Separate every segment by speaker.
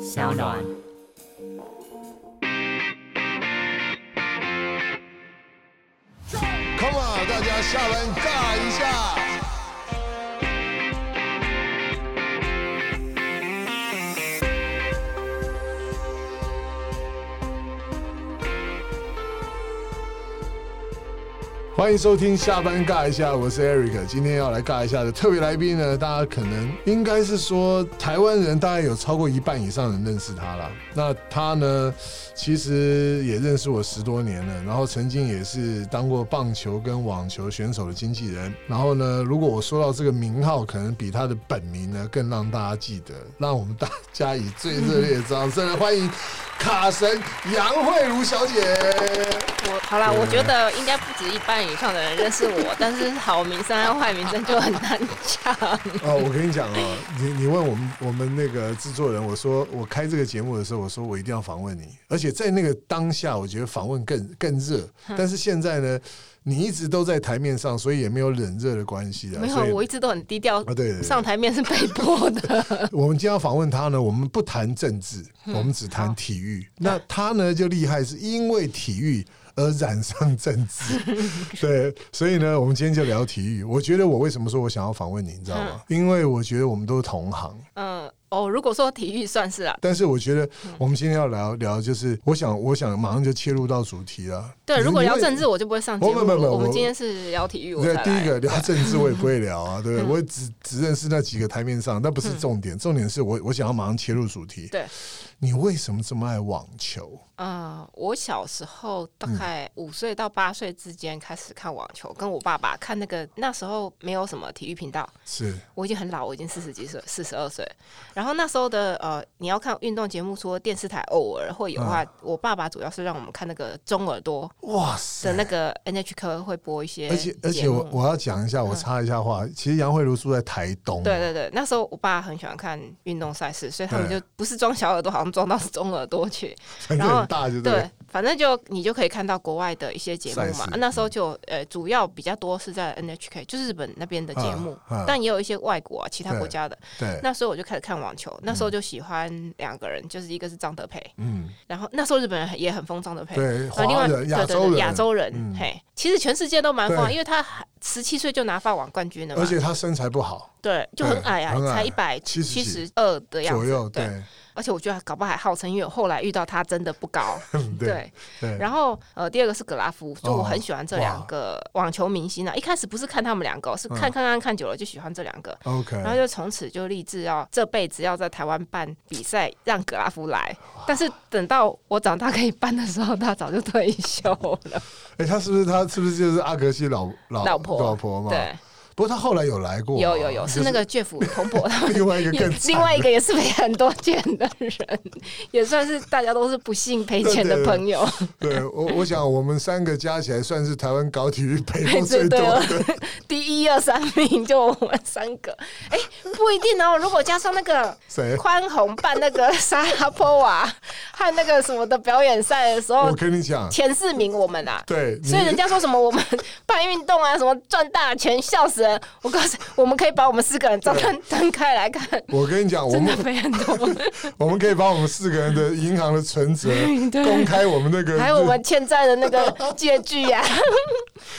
Speaker 1: 小暖。
Speaker 2: Come on，大家下班尬一下。欢迎收听下班尬一下，我是 Eric。今天要来尬一下的特别来宾呢，大家可能应该是说台湾人大概有超过一半以上人认识他啦。那他呢，其实也认识我十多年了，然后曾经也是当过棒球跟网球选手的经纪人。然后呢，如果我说到这个名号，可能比他的本名呢更让大家记得。让我们大家以最热烈的掌声来欢迎卡神杨慧茹小姐。
Speaker 3: 我好啦，
Speaker 2: 对
Speaker 3: 我觉得应该不止一半以上的人认识我，但是好名声和坏名声就很难讲。
Speaker 2: 哦，我跟你讲哦，你你问我们我们那个制作人，我说我开这个节目的时候，我说我一定要访问你，而且在那个当下，我觉得访问更更热。但是现在呢，你一直都在台面上，所以也没有冷热的关系啊。
Speaker 3: 没
Speaker 2: 所以
Speaker 3: 有，我一直都很低调
Speaker 2: 啊，，对对对
Speaker 3: 上台面是被迫的。
Speaker 2: 我们今天要访问他呢，我们不谈政治，我们只谈体育。那他呢就厉害，是因为体育而染上政 治。对，所以呢，我们今天就聊体育。我觉得我为什么说我想要访问你，你知道吗？因为我觉得我们都是同行。
Speaker 3: 嗯，哦，如果说体育算是啦、
Speaker 2: 但是我觉得
Speaker 3: 嗯
Speaker 2: 我们今天要聊聊，就是我想，我想马上就切入到主题了。
Speaker 3: 对，
Speaker 2: 你
Speaker 3: 如果聊
Speaker 2: 你会
Speaker 3: 政治，我就不会上节
Speaker 2: 不
Speaker 3: 目
Speaker 2: 不
Speaker 3: 了。
Speaker 2: 不不
Speaker 3: 我们
Speaker 2: 我
Speaker 3: 今天是聊体育，我才
Speaker 2: 对，
Speaker 3: 来。嗯
Speaker 2: 第一个聊政 治我也不会聊啊，对不对？我也只只认识那几个台面上，那不是重点，重点是我我想要马上切入主题。
Speaker 3: 对，
Speaker 2: 你为什么这么爱网球？
Speaker 3: 嗯，我小时候大
Speaker 2: 嗯
Speaker 3: 概五岁到八岁之间开始看网球，跟我爸爸看那个那时候没有什么体育频道，
Speaker 2: 是
Speaker 3: 我已经很老，我已经四十几岁，四十二岁。然后那时候的呃，你要看运动节目，说电视台偶尔会有的
Speaker 2: 嗯
Speaker 3: 话，我爸爸主要是让我们看那个中耳朵
Speaker 2: 哇
Speaker 3: 的
Speaker 2: 塞！
Speaker 3: 那个 NHK 会播一些
Speaker 2: 哎而
Speaker 3: 节目，
Speaker 2: 且而且我我要讲一下，我插一下话，其实杨慧茹住在台东，
Speaker 3: 嗯对对对，那时候我爸很喜欢看运动赛事，所以他们
Speaker 2: 对
Speaker 3: 就不是装小耳朵，好像装到中耳朵去。
Speaker 2: 反正
Speaker 3: 然后
Speaker 2: 很大，就对
Speaker 3: 对
Speaker 2: 了。，
Speaker 3: 反正就你就可以看到国外的一些节目
Speaker 2: 赛
Speaker 3: 嘛
Speaker 2: 事。嗯
Speaker 3: 那时候就呃，主要比较多是在 NHK，就是日本那边的节目，
Speaker 2: 啊啊
Speaker 3: 但也有一些外国啊其他
Speaker 2: 对
Speaker 3: 国家的。
Speaker 2: 对，
Speaker 3: 那时候我就开始看网球，那时候就喜欢两个人，就是一个是张德培，
Speaker 2: 嗯，
Speaker 3: 然后那时候日本人也很疯张德培，
Speaker 2: 对，
Speaker 3: 然后哎呃另
Speaker 2: 华
Speaker 3: 外
Speaker 2: 人、亚
Speaker 3: 对对
Speaker 2: 洲
Speaker 3: 对
Speaker 2: 人，
Speaker 3: 亚
Speaker 2: 嗯
Speaker 3: 洲人，嘿，其实全世界都蛮疯啊，
Speaker 2: 对
Speaker 3: 因为他十七岁就拿法网冠军了嘛
Speaker 2: 而，且他身材不好
Speaker 3: 对，就很矮啊
Speaker 2: 很，矮
Speaker 3: 才一百
Speaker 2: 70
Speaker 3: 七十二的样
Speaker 2: 左
Speaker 3: 子，
Speaker 2: 右，
Speaker 3: 对
Speaker 2: 对
Speaker 3: 而且我觉得搞不好还号称，因为我后来遇到他真的不高，
Speaker 2: 对对。
Speaker 3: 然后呃，第二个是格拉夫，就我很喜欢这两
Speaker 2: 哇嗯
Speaker 3: 个网球明星啊，一开始不是看他们两个哦，是看看看看久了就喜欢这两个，
Speaker 2: OK，
Speaker 3: 然后就从此就立志要这辈子要在台湾办比赛，让格拉夫来。但是等到我长大可以办的时候，他早就退休了，
Speaker 2: 哎、他是不是他是不是就是阿格西老老
Speaker 3: 老婆
Speaker 2: 老婆嘛？。
Speaker 3: 对，
Speaker 2: 不过他后来有来过嘛，
Speaker 3: 有有有，
Speaker 2: 就是
Speaker 3: 那个 Jeff 彭博他 们。
Speaker 2: 另外一个更
Speaker 3: 另外一个也是赔很多钱的人，也算是大家都是不幸赔钱的朋友，
Speaker 2: 惨的 对我我想我们三个加起来算是台湾搞体育赔过最
Speaker 3: 最
Speaker 2: 多
Speaker 3: 对啊了
Speaker 2: 的。，
Speaker 3: 第一二三名就我们三个，哎、不一定哦。如果加上那个
Speaker 2: 谁
Speaker 3: 宽宏办那个 沙拉波娃和那个什么的表演赛的时候
Speaker 2: 我，跟你讲，
Speaker 3: 前四名我们啊。
Speaker 2: 对，
Speaker 3: 所以
Speaker 2: 你
Speaker 3: 人家说什么我 们办运动啊，什么赚大钱，笑死人！我告诉你，我们可以把我们四个人照摊摊开来看，
Speaker 2: 我跟你讲，我
Speaker 3: 真
Speaker 2: 们
Speaker 3: 的没很 多，
Speaker 2: 我们可以把我们四个人的银行的存折
Speaker 3: 对
Speaker 2: 公开，我们那个
Speaker 3: 还有我们欠债的那个借据 呀、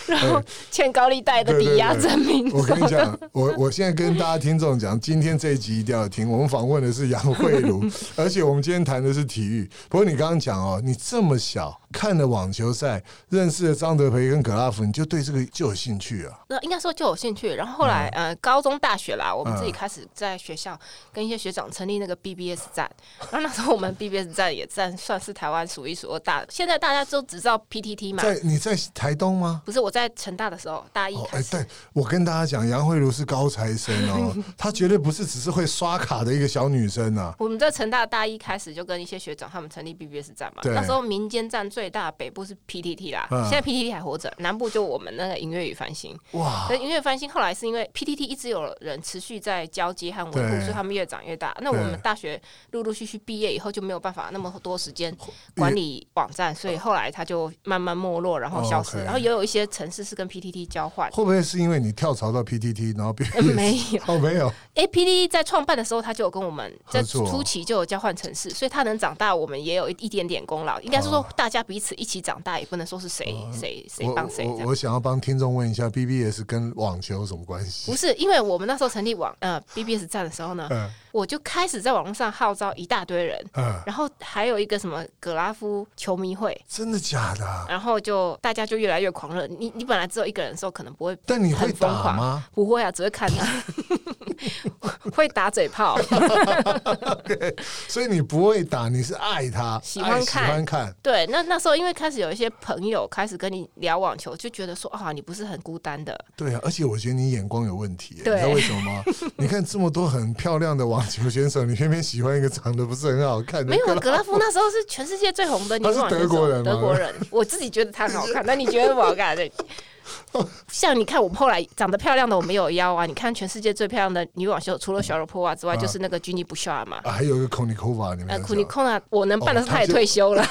Speaker 3: 然后欠高利贷的
Speaker 2: 对对
Speaker 3: 抵
Speaker 2: 对
Speaker 3: 押证明
Speaker 2: 我
Speaker 3: 什
Speaker 2: 跟
Speaker 3: 么
Speaker 2: 你
Speaker 3: 的。
Speaker 2: 讲，我我现在跟大家听众讲，今天这一集一定要听。我们访问的是杨慧茹，而且我们今天谈的是体育。不过你刚刚讲哦，你这么小看了网球赛，认识了张德培跟格拉夫，你就对这个就有兴趣啊？
Speaker 3: 那应该说就有兴趣，然后后来、呃，高中、大学啦，我们
Speaker 2: 嗯
Speaker 3: 自己开始在学校跟一些学长成立那个 BBS 站，然后那时候我们 BBS 站也站算是台湾数一数二大，现在大家都只知道 PTT 嘛，
Speaker 2: 在你在台东吗？
Speaker 3: 不是我在成大的时候，大一
Speaker 2: 哦，
Speaker 3: 开
Speaker 2: 哎，
Speaker 3: 始，
Speaker 2: 对，我跟大家讲，杨慧茹是高材生 哦，她绝对不是只是会刷卡的一个小女生啊。
Speaker 3: 我们在成大大一开始就跟一些学长他们成立 BBS 站嘛，
Speaker 2: 对
Speaker 3: 那时候民间站最最大北部是 PTT 啦，
Speaker 2: 嗯啊
Speaker 3: 现在 PTT 还活着，南部就我们那个音乐与翻新。
Speaker 2: 哇
Speaker 3: 可，是音乐翻新后来是因为 PTT 一直有人持续在交接和维护，
Speaker 2: 对
Speaker 3: 所以他们越长越大。那我
Speaker 2: 对
Speaker 3: 们大学陆陆续续毕业以后就没有办法那么多时间
Speaker 2: 哦
Speaker 3: 管理网站，所以后来它就慢慢没落，然后消失。
Speaker 2: 哦 OK
Speaker 3: 然后也有一些城市是跟 PTT 交换。
Speaker 2: 会不会是因为你跳槽到 PTT，然后别人也是
Speaker 3: 呃没有
Speaker 2: 哦没有，
Speaker 3: A P D 在创办的时候，他就有跟我们在
Speaker 2: 合作
Speaker 3: 初期就有交换城市，所以他能长大，我们也有一一点点功劳。应该是说大家彼此一起长大，也不能说是谁谁谁
Speaker 2: 嗯我
Speaker 3: 帮谁这
Speaker 2: 我
Speaker 3: 样。
Speaker 2: 我想要帮听众问一下，BBS 跟网球有什么关系
Speaker 3: 不？是，因为我们那时候成立网呃 BBS 站的时候呢，
Speaker 2: 嗯
Speaker 3: 我就开始在网络上号召一大堆人，
Speaker 2: 嗯，
Speaker 3: 然后还有一个什么格拉夫球迷会，
Speaker 2: 真的假的 啊？
Speaker 3: 然后就大家就越来越狂热。你你本来只有一个人的时候，可能不会
Speaker 2: 但你会
Speaker 3: 很疯
Speaker 2: 打
Speaker 3: 狂
Speaker 2: 吗？
Speaker 3: 不会啊，只会看啊， 会打嘴炮。
Speaker 2: 所以你不会打，你是爱他，
Speaker 3: 喜欢
Speaker 2: 爱
Speaker 3: 看
Speaker 2: 喜欢看，
Speaker 3: 对，那那时候因为开始有一些朋友开始跟你聊网球，就觉得说啊，你不是很孤单的。
Speaker 2: 对啊。而且我觉得你眼光有问题，你知
Speaker 3: 对
Speaker 2: 道为什么 吗？你看这么多很漂亮的网球选手，你偏偏喜欢一个长得不是很好看的，
Speaker 3: 没有啊，格拉夫那时候是全世界最红的女网球
Speaker 2: 他是德国
Speaker 3: 手
Speaker 2: 人吗
Speaker 3: 德国人，我自己觉得她很好看，那你觉得我好看？对。像你看，我们后来长得漂亮的我们有腰啊。你看全世界最漂亮的女网球，除了小罗波娃之外，
Speaker 2: 啊
Speaker 3: 就是那个 j u n i b u s h a 嘛。
Speaker 2: 啊，还有一个 Konikova，你们
Speaker 3: 呃，
Speaker 2: 有
Speaker 3: 库
Speaker 2: 讲
Speaker 3: 尼空啊，我能办的是
Speaker 2: 哦他
Speaker 3: 她也
Speaker 2: 就
Speaker 3: 退休 了。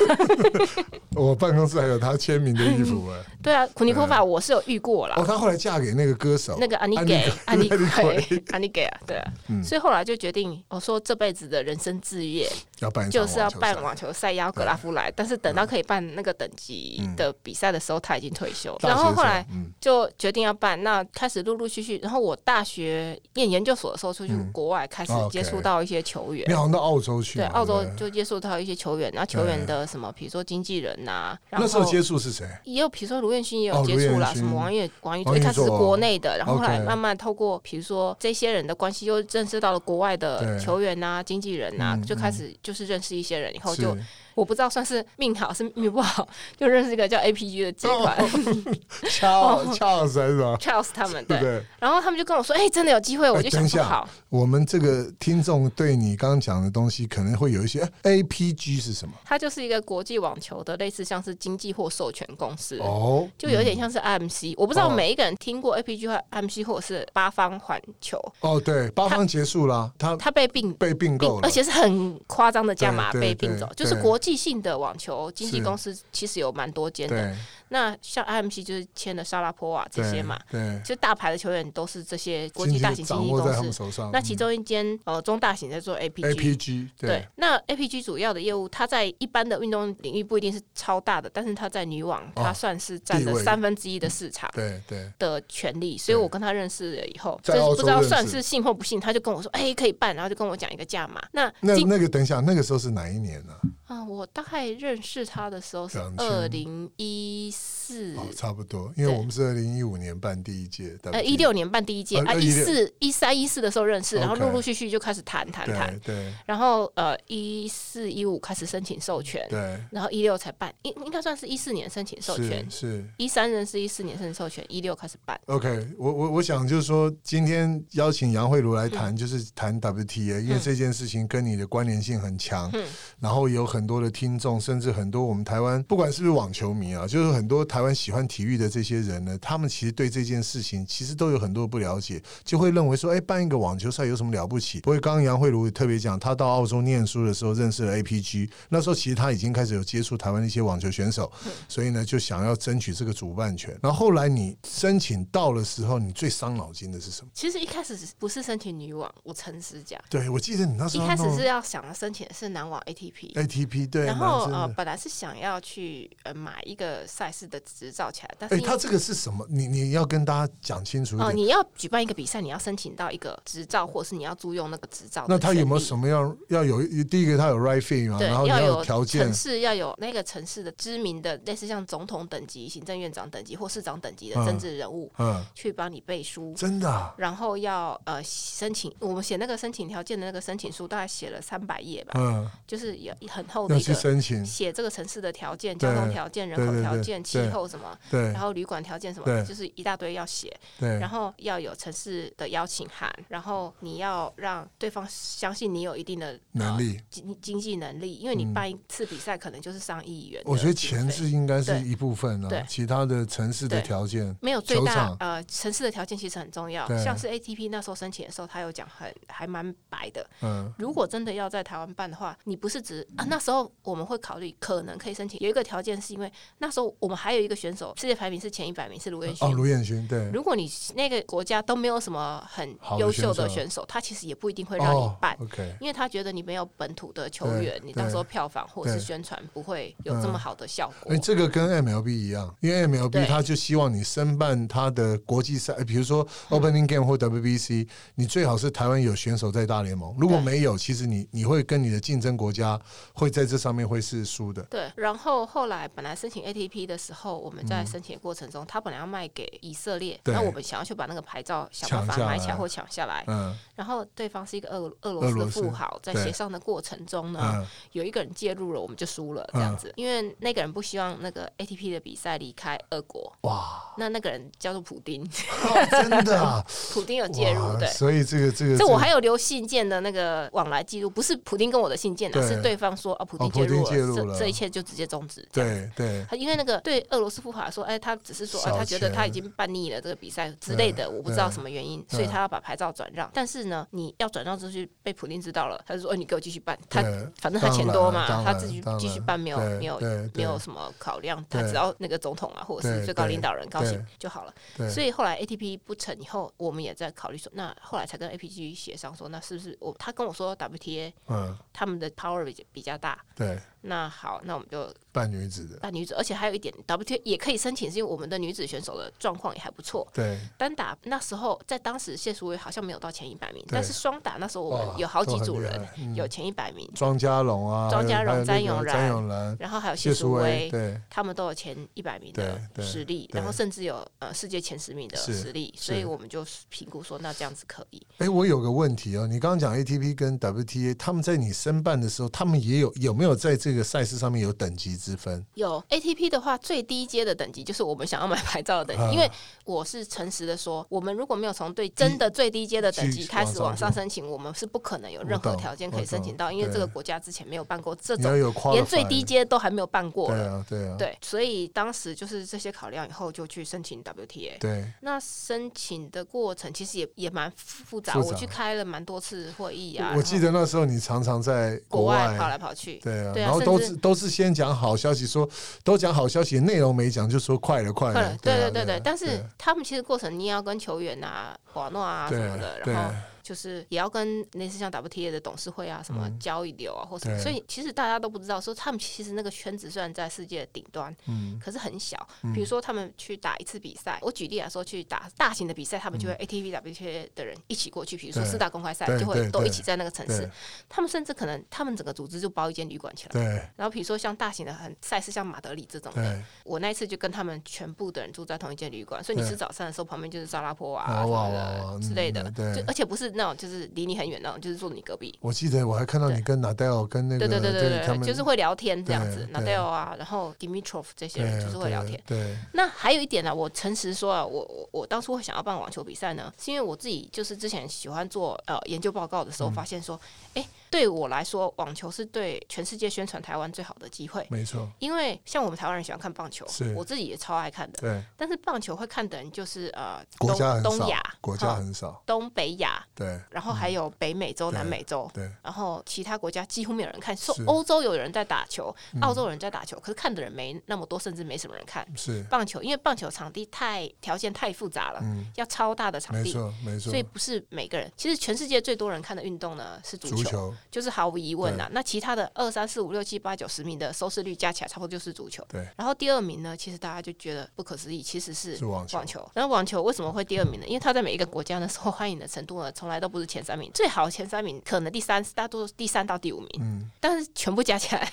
Speaker 2: 我办公室还有他签名的衣服哎。
Speaker 3: 对啊，库尼科法我是有遇过啦
Speaker 2: 哦，。她后来嫁给那个歌手，
Speaker 3: 嗯那个安妮给安妮
Speaker 2: 安妮嗯
Speaker 3: 给安妮给啊，对啊，所以后来就决定，我说这辈子的人生志愿
Speaker 2: 要办一场
Speaker 3: 就是要办
Speaker 2: 网
Speaker 3: 网球赛，邀格拉夫来，但是等到可以办那个等级的比赛的时候，他已经退休了。
Speaker 2: 球赛，
Speaker 3: 然后后
Speaker 2: 嗯大
Speaker 3: 来
Speaker 2: 学生嗯
Speaker 3: 就决定要办，那开始陆陆续续，然后我大学念研究所的时候出去国外，开始
Speaker 2: 哦，OK
Speaker 3: 接触到一些球员
Speaker 2: 你。好像到澳洲去
Speaker 3: 对，
Speaker 2: 嘛，
Speaker 3: 澳洲
Speaker 2: 对不对
Speaker 3: 就接触到一些球员，然后球员的什么，比如说经纪人呐、然
Speaker 2: 那
Speaker 3: 后
Speaker 2: 时候接触是谁？
Speaker 3: 也有，比如说卢彦勋也
Speaker 2: 哦
Speaker 3: 有接触
Speaker 2: 卢
Speaker 3: 啦，
Speaker 2: 彦
Speaker 3: 什
Speaker 2: 勋
Speaker 3: 么王岳、王岳
Speaker 2: 王
Speaker 3: 卓，
Speaker 2: 岳
Speaker 3: 一开始是
Speaker 2: 卓
Speaker 3: 国内的，然后后来
Speaker 2: OK
Speaker 3: 慢慢透过，比如说这些人的关系，又认识到了国外的
Speaker 2: 对
Speaker 3: 球员啊、经纪人啊
Speaker 2: 嗯，
Speaker 3: 就开始就是认识一些人，以后
Speaker 2: 是
Speaker 3: 就我不知道算是命好是命不好，就认识一个叫 APG 的集团
Speaker 2: 哦 Charles Charles 还是什么？
Speaker 3: Charles 他们
Speaker 2: 对不
Speaker 3: 哦 对，
Speaker 2: 对？
Speaker 3: 然后他们就跟我说，哎，真的有机会，我
Speaker 2: 哎
Speaker 3: 就
Speaker 2: 等
Speaker 3: 想
Speaker 2: 一
Speaker 3: 说
Speaker 2: 下
Speaker 3: 好，
Speaker 2: 我们这个听众对你刚刚讲的东西可能会有一些哎 APG 是什么？
Speaker 3: 它就是一个国际网球的类似像是经纪或授权公司。
Speaker 2: 哦，
Speaker 3: 就有点像是 IMC，、我不知道
Speaker 2: 哦
Speaker 3: 每一个人听过 APG 或 IMC 或者是八方环球，
Speaker 2: 哦，对，八方结束了，他
Speaker 3: 它被并
Speaker 2: 被并
Speaker 3: 并
Speaker 2: 购了，
Speaker 3: 而且是很夸张的价码
Speaker 2: 对
Speaker 3: 被
Speaker 2: 对
Speaker 3: 并走，
Speaker 2: 对
Speaker 3: 就是
Speaker 2: 对
Speaker 3: 国际性的网球经纪
Speaker 2: 是
Speaker 3: 公司其实有蛮多间的。
Speaker 2: 对
Speaker 3: 那像 IMC 就是签了沙拉波娃这
Speaker 2: 对
Speaker 3: 些嘛，
Speaker 2: 对，
Speaker 3: 就大牌的球员都是这些国际大型经
Speaker 2: 掌
Speaker 3: 纪
Speaker 2: 握在他
Speaker 3: 公
Speaker 2: 们
Speaker 3: 司。
Speaker 2: 手上。嗯
Speaker 3: 那其中一间呃中大型在做 APG。
Speaker 2: APG
Speaker 3: 对
Speaker 2: 对，
Speaker 3: 那 APG 主要的业务，它在一般的运动领域不一定是超大的，但是它在女网，它算是占
Speaker 2: 哦地
Speaker 3: 了
Speaker 2: 位嗯
Speaker 3: 三分之一的市场。
Speaker 2: 对对，
Speaker 3: 的权利，所以我跟他认识了以后，
Speaker 2: 在
Speaker 3: 就是
Speaker 2: 澳洲
Speaker 3: 不知道
Speaker 2: 认识
Speaker 3: 算是信或不信，他就跟我说：“哎、可以办。”然后就跟我讲一个价码。那
Speaker 2: 那
Speaker 3: 今
Speaker 2: 那个等一下，那个时候是哪一年呢？
Speaker 3: 啊、我大概认识他的时候是
Speaker 2: 2000
Speaker 3: 二零一四
Speaker 2: 哦，差不多，因为
Speaker 3: 对
Speaker 2: 我们是二零一五年办第一届，
Speaker 3: 呃一六年办第一届
Speaker 2: 呃
Speaker 3: 啊，一
Speaker 2: 16
Speaker 3: 四一三一四的时候认识，然后
Speaker 2: OK
Speaker 3: 陆陆续续就开始谈谈谈
Speaker 2: 对，对
Speaker 3: 然后呃一四一五开始申请授权，
Speaker 2: 对，
Speaker 3: 然后一六才办，应应该算是一四年申请授权
Speaker 2: 是，是
Speaker 3: 一三认识一四年申请授权，一六开始办。
Speaker 2: OK，我我我想就是说，今天邀请杨慧茹来谈，就是谈 WTA，、因为这件事情跟你的关联性很强，然后有很多的听众，甚至很多我们台湾，不管是不是网球迷啊，就是很多台湾喜欢体育的这些人呢，他们其实对这件事情其实都有很多不了解，就会认为说，哎，办一个网球赛有什么了不起？不过刚刚杨慧茹也特别讲，她到澳洲念书的时候认识了 APG，那时候其实她已经开始有接触台湾的一些网球选手，所以呢，就想要争取这个主办权。然后后来你申请到的时候，你最伤脑筋的是什么？
Speaker 3: 其实一开始不是申请女网，我诚实讲，
Speaker 2: 对，我记得你那时
Speaker 3: 一
Speaker 2: 候
Speaker 3: 开始
Speaker 2: 弄
Speaker 3: 是要想要申请的是男网 ATP。
Speaker 2: ATP 对，
Speaker 3: 然后
Speaker 2: 男
Speaker 3: 呃，
Speaker 2: 生的
Speaker 3: 本来是想要去呃买一个赛事的执照起来，但是
Speaker 2: 哎，
Speaker 3: 因为
Speaker 2: 他这个是什么？你你要跟大家讲清楚
Speaker 3: 啊哦、
Speaker 2: 一点。
Speaker 3: 你要举办一个比赛，你要申请到一个执照，或是你要租用那个执照。
Speaker 2: 那他有没有
Speaker 3: 么？
Speaker 2: 什么要要有？第一个他有 right fee 嘛，
Speaker 3: 对，
Speaker 2: 啊然后你
Speaker 3: 要
Speaker 2: 有
Speaker 3: 有
Speaker 2: 条件
Speaker 3: 城，市要有那个城市的知名的，类似像总统等级、行政院长等级或市长等级的
Speaker 2: 嗯
Speaker 3: 政治人物、
Speaker 2: 嗯，
Speaker 3: 去帮你背书，
Speaker 2: 真的啊
Speaker 3: 然后要呃申请，我们写那个申请条件的那个申请书，大概写了三百页吧，
Speaker 2: 嗯，
Speaker 3: 就是有很厚的
Speaker 2: 要
Speaker 3: 一
Speaker 2: 去
Speaker 3: 哦个
Speaker 2: 申请，
Speaker 3: 写这个城市的条件、
Speaker 2: 对
Speaker 3: 交通条件、人
Speaker 2: 对
Speaker 3: 口
Speaker 2: 对
Speaker 3: 条
Speaker 2: 对
Speaker 3: 件、气
Speaker 2: 对
Speaker 3: 透什么，
Speaker 2: 对
Speaker 3: 然后旅馆条件什
Speaker 2: 对
Speaker 3: 么，就是一大堆要写，
Speaker 2: 对，
Speaker 3: 然后要有城市的邀请函，然后你要让对方相信你有一定的
Speaker 2: 能。力，
Speaker 3: 呃
Speaker 2: 嗯
Speaker 3: 经经济能力，因为你办一次比赛可能就是上亿元的经费。
Speaker 2: 我觉得钱是应该是
Speaker 3: 对
Speaker 2: 一部分
Speaker 3: 对
Speaker 2: 啊，其他的城市的
Speaker 3: 对
Speaker 2: 条件，
Speaker 3: 没有最
Speaker 2: 球
Speaker 3: 大
Speaker 2: 场
Speaker 3: 呃城市的条件其实很重要
Speaker 2: 对，
Speaker 3: 像是 ATP 那时候申请的时候，他有讲很还蛮白的。
Speaker 2: 嗯，
Speaker 3: 如果真的要在台湾办的话，你不是只啊那时候我们会考虑可能可以申请，有一个条件是因为那时候我们还有一个选手世界排名是前一百名是卢彦勋。
Speaker 2: 哦，卢彦勋，对，
Speaker 3: 如果你那个国家都没有什么很
Speaker 2: 好的
Speaker 3: 优秀
Speaker 2: 选
Speaker 3: 的
Speaker 2: 手
Speaker 3: 选手，他其实也不一定会让你
Speaker 2: 哦
Speaker 3: 办，
Speaker 2: ，OK，
Speaker 3: 因为他觉得你没有本土的球
Speaker 2: 对
Speaker 3: 员，你到时候票房或者是
Speaker 2: 对
Speaker 3: 宣传不会有这么好的效果
Speaker 2: 哎，。这个跟 MLB 一样，因为 MLB
Speaker 3: 对
Speaker 2: 他就希望你申办他的国际赛，呃比如说 Opening Game 或 WBC，你最好是台湾有选手在大联盟，如果
Speaker 3: 对
Speaker 2: 没有，其实你你会跟你的竞争国家会在这上面会是输的，
Speaker 3: 对，然后后来本来申请 ATP 的时候，我们在申请的过程中，他本来要卖给以色列，
Speaker 2: 嗯对
Speaker 3: 那我们想要去把那个牌照想
Speaker 2: 抢
Speaker 3: 办
Speaker 2: 下
Speaker 3: 法买起来
Speaker 2: 来
Speaker 3: 或抢下来。
Speaker 2: 嗯
Speaker 3: 然后对方是一个俄俄
Speaker 2: 俄
Speaker 3: 罗斯
Speaker 2: 罗
Speaker 3: 的
Speaker 2: 斯
Speaker 3: 富豪，在
Speaker 2: 对
Speaker 3: 协商的过程中呢，
Speaker 2: 嗯，
Speaker 3: 有一个人介入了，我们就输了这样子，因为那个人不希望那个 ATP 的比赛离开俄国。
Speaker 2: 哇，
Speaker 3: 那那个人叫做普 丁，
Speaker 2: 靠真的啊，
Speaker 3: 普丁有 介入，
Speaker 2: 哇
Speaker 3: 对。
Speaker 2: 所以这个这个
Speaker 3: 这我
Speaker 2: 个
Speaker 3: 还有留信件的那个往来记录，不是普丁跟我的信件啊，
Speaker 2: 对
Speaker 3: 是对方说啊，普
Speaker 2: 哦
Speaker 3: 丁
Speaker 2: 普
Speaker 3: 介
Speaker 2: 丁
Speaker 3: 入了，
Speaker 2: 介入了
Speaker 3: 这这一切就直接终止。这样
Speaker 2: 对对。
Speaker 3: 他因为那个对俄罗斯富豪来说，哎，他只是说，
Speaker 2: 少
Speaker 3: 啊、
Speaker 2: 钱
Speaker 3: 他觉得他已经办腻了这个比赛之类的，
Speaker 2: 对
Speaker 3: 我不知道什么原因，所以
Speaker 2: 对
Speaker 3: 他要把牌照转让。但是呢，你要转让出去被普丁知道了，他就说，哎，你给我继续办。他
Speaker 2: 对
Speaker 3: 反正他钱多嘛
Speaker 2: 当然，
Speaker 3: 他自己
Speaker 2: 当然
Speaker 3: 继续办，没有
Speaker 2: 对
Speaker 3: 没有
Speaker 2: 对对
Speaker 3: 没有什么考量，
Speaker 2: 对
Speaker 3: 他只要那个总统啊，或者
Speaker 2: 对
Speaker 3: 是最高
Speaker 2: 对
Speaker 3: 领导人高兴
Speaker 2: 对
Speaker 3: 就好了。
Speaker 2: 对
Speaker 3: 所以后来 ATP 不成以后，我们也在考虑说，那后来才跟 APG 协商说，那是不是我？他跟我说 WTA
Speaker 2: 嗯，
Speaker 3: 他们的 power 比较比较大，
Speaker 2: 对，
Speaker 3: 那好，那我们就
Speaker 2: 扮女子的，
Speaker 3: 办女子，而且还有一点 WT 也可以申请，是因为我们的女子选手的状况也还不错。
Speaker 2: 对，
Speaker 3: 单打那时候在当时谢淑薇好像没有到前一百名，
Speaker 2: 对
Speaker 3: 但是双打那时候我
Speaker 2: 哇
Speaker 3: 们有好几
Speaker 2: 都
Speaker 3: 组
Speaker 2: 很厉
Speaker 3: 人
Speaker 2: 害嗯
Speaker 3: 有前一百名，
Speaker 2: 庄家龙啊，
Speaker 3: 庄家龙
Speaker 2: 还
Speaker 3: 詹
Speaker 2: 有还有那个
Speaker 3: 永然
Speaker 2: 詹永然、
Speaker 3: 然后还有
Speaker 2: 嗯谢淑
Speaker 3: 淑
Speaker 2: 薇，对，
Speaker 3: 他们都有前一百名的
Speaker 2: 对对
Speaker 3: 实力，
Speaker 2: 对
Speaker 3: 然后甚至有呃世界前十名的
Speaker 2: 是
Speaker 3: 实力，
Speaker 2: 是
Speaker 3: 所以我们就评估说那这样子可以。
Speaker 2: 哎，我有个问题哦，你刚刚讲 ATP 跟 WTA，他们在你申办的时候，他们也有有没有在这个赛事上面有等级之分？
Speaker 3: 有 ATP 的话，最低阶的等级就是我们想要买牌照的等级，
Speaker 2: 啊
Speaker 3: 因为我是诚实的说，我们如果没有从对真的最低阶的等
Speaker 2: 嗯
Speaker 3: 级开始往上申请，我们是不可能有任何条件可以申请
Speaker 2: 我
Speaker 3: 到，
Speaker 2: 懂
Speaker 3: 因为这个国家之前没有办过这
Speaker 2: 你要
Speaker 3: 种，
Speaker 2: 有 qualify，
Speaker 3: 连最低阶都还没有办过
Speaker 2: 对
Speaker 3: 了。
Speaker 2: 啊，对啊，
Speaker 3: 对，所以当时就是这些考量以后，就去申请 WTA。
Speaker 2: 对
Speaker 3: 那申请的过程其实也也蛮复杂，
Speaker 2: 复杂
Speaker 3: 我去开了蛮多次会议啊，
Speaker 2: 我我记
Speaker 3: 然
Speaker 2: 得那时候你常常在
Speaker 3: 后
Speaker 2: 国
Speaker 3: 国外跑来跑去，
Speaker 2: 对啊，
Speaker 3: 对啊
Speaker 2: 然后都
Speaker 3: 甚
Speaker 2: 是
Speaker 3: 至
Speaker 2: 都是先讲好消息说，都讲好消息，内容没讲就说快了快
Speaker 3: 快
Speaker 2: 了
Speaker 3: 了，，对
Speaker 2: 啊
Speaker 3: 对
Speaker 2: 对
Speaker 3: 对
Speaker 2: 啊
Speaker 3: 对，但
Speaker 2: 对
Speaker 3: 是
Speaker 2: 啊
Speaker 3: 他们其实过程你也要跟球员啊、瓦诺啊什
Speaker 2: 对
Speaker 3: 么的，
Speaker 2: 对
Speaker 3: 然后就是也要跟类似像 WTA 的董事会啊、什么
Speaker 2: 嗯
Speaker 3: 交易流啊或什么，
Speaker 2: 对
Speaker 3: 所以其实大家都不知道说他们其实那个圈子虽然在世界的顶端，
Speaker 2: 嗯
Speaker 3: 可是很小
Speaker 2: 嗯。
Speaker 3: 比如说他们去打一次比赛，我举例来说，去打大型的比赛，他们就会 ATP、WTA 的人一起过去，比如说
Speaker 2: 嗯对
Speaker 3: 四大公开赛
Speaker 2: 对
Speaker 3: 就
Speaker 2: 对
Speaker 3: 会都
Speaker 2: 对
Speaker 3: 一起在那个城市
Speaker 2: 对，
Speaker 3: 他们甚至可能他们整个组织就包一间旅馆起来。
Speaker 2: 对
Speaker 3: 然后比如说像大型的很赛事，像马德里这种的，
Speaker 2: 对，
Speaker 3: 我那一次就跟他们全部的人住在同一间旅馆，所以你
Speaker 2: 对
Speaker 3: 吃早餐的时候，旁边就是沙拉坡
Speaker 2: 啊
Speaker 3: 啊什
Speaker 2: 哇哇哇
Speaker 3: 么的之类的
Speaker 2: 嗯，对
Speaker 3: 就而且不是那种就是离你很远那种，就是住你隔壁。
Speaker 2: 我记得我还看到你
Speaker 3: 对
Speaker 2: 跟纳戴尔跟那个
Speaker 3: 对对对
Speaker 2: 这个他
Speaker 3: 对对，
Speaker 2: 们
Speaker 3: 就是会聊天这样子
Speaker 2: 对，
Speaker 3: 纳
Speaker 2: 对
Speaker 3: 戴尔啊，然后 Dimitrov 这些
Speaker 2: 对
Speaker 3: 人
Speaker 2: 啊
Speaker 3: 就是会聊天。
Speaker 2: 对啊
Speaker 3: 那还有一点呢、我诚实说啊，我我我当初会想要办网球比赛呢，是因为我自己就是之前喜欢做呃研究报告的
Speaker 2: 嗯
Speaker 3: 时候，发现说，哎、对我来说，网球是对全世界宣传台湾最好的机会
Speaker 2: 对，。没错，
Speaker 3: 因为像我们台湾人喜欢看棒球
Speaker 2: 是，
Speaker 3: 我自己也超爱看的。
Speaker 2: 对，
Speaker 3: 但是棒球会看的人就是呃
Speaker 2: 国家很
Speaker 3: 东
Speaker 2: 少
Speaker 3: 东亚、，
Speaker 2: 国家
Speaker 3: 哈
Speaker 2: 很少，
Speaker 3: 东北亚，
Speaker 2: 对
Speaker 3: 然后还有北美洲、
Speaker 2: 对
Speaker 3: 南美洲。
Speaker 2: 对
Speaker 3: 然后其他国家几乎没有人看，说
Speaker 2: 是嗯
Speaker 3: 欧洲有人在打球，澳洲有人在打球，可是看的人没那么多，甚至没什么人看
Speaker 2: 是，
Speaker 3: 棒球，因为棒球场地太条件太复杂了，
Speaker 2: 嗯，
Speaker 3: 要超大的呃场
Speaker 2: 没
Speaker 3: 地，
Speaker 2: 错没错
Speaker 3: 所以，不是每个人。其实全世界最多人看的运动呢是足球，
Speaker 2: 足球
Speaker 3: 就是毫无疑问啦。啊那其他的二三四五六七八九十名的收视率加起来，差不多就是足球。
Speaker 2: 对，
Speaker 3: 然后第二名呢，其实大家就觉得不可思议，其实是
Speaker 2: 是网球
Speaker 3: 网球。然后网球为什么会第二名呢？因为他在每一个国家呢，受欢迎的程度呢，从来都不是前三名，最好前三名可能第三，大多第三到第五名，
Speaker 2: 嗯，
Speaker 3: 但是全部加起来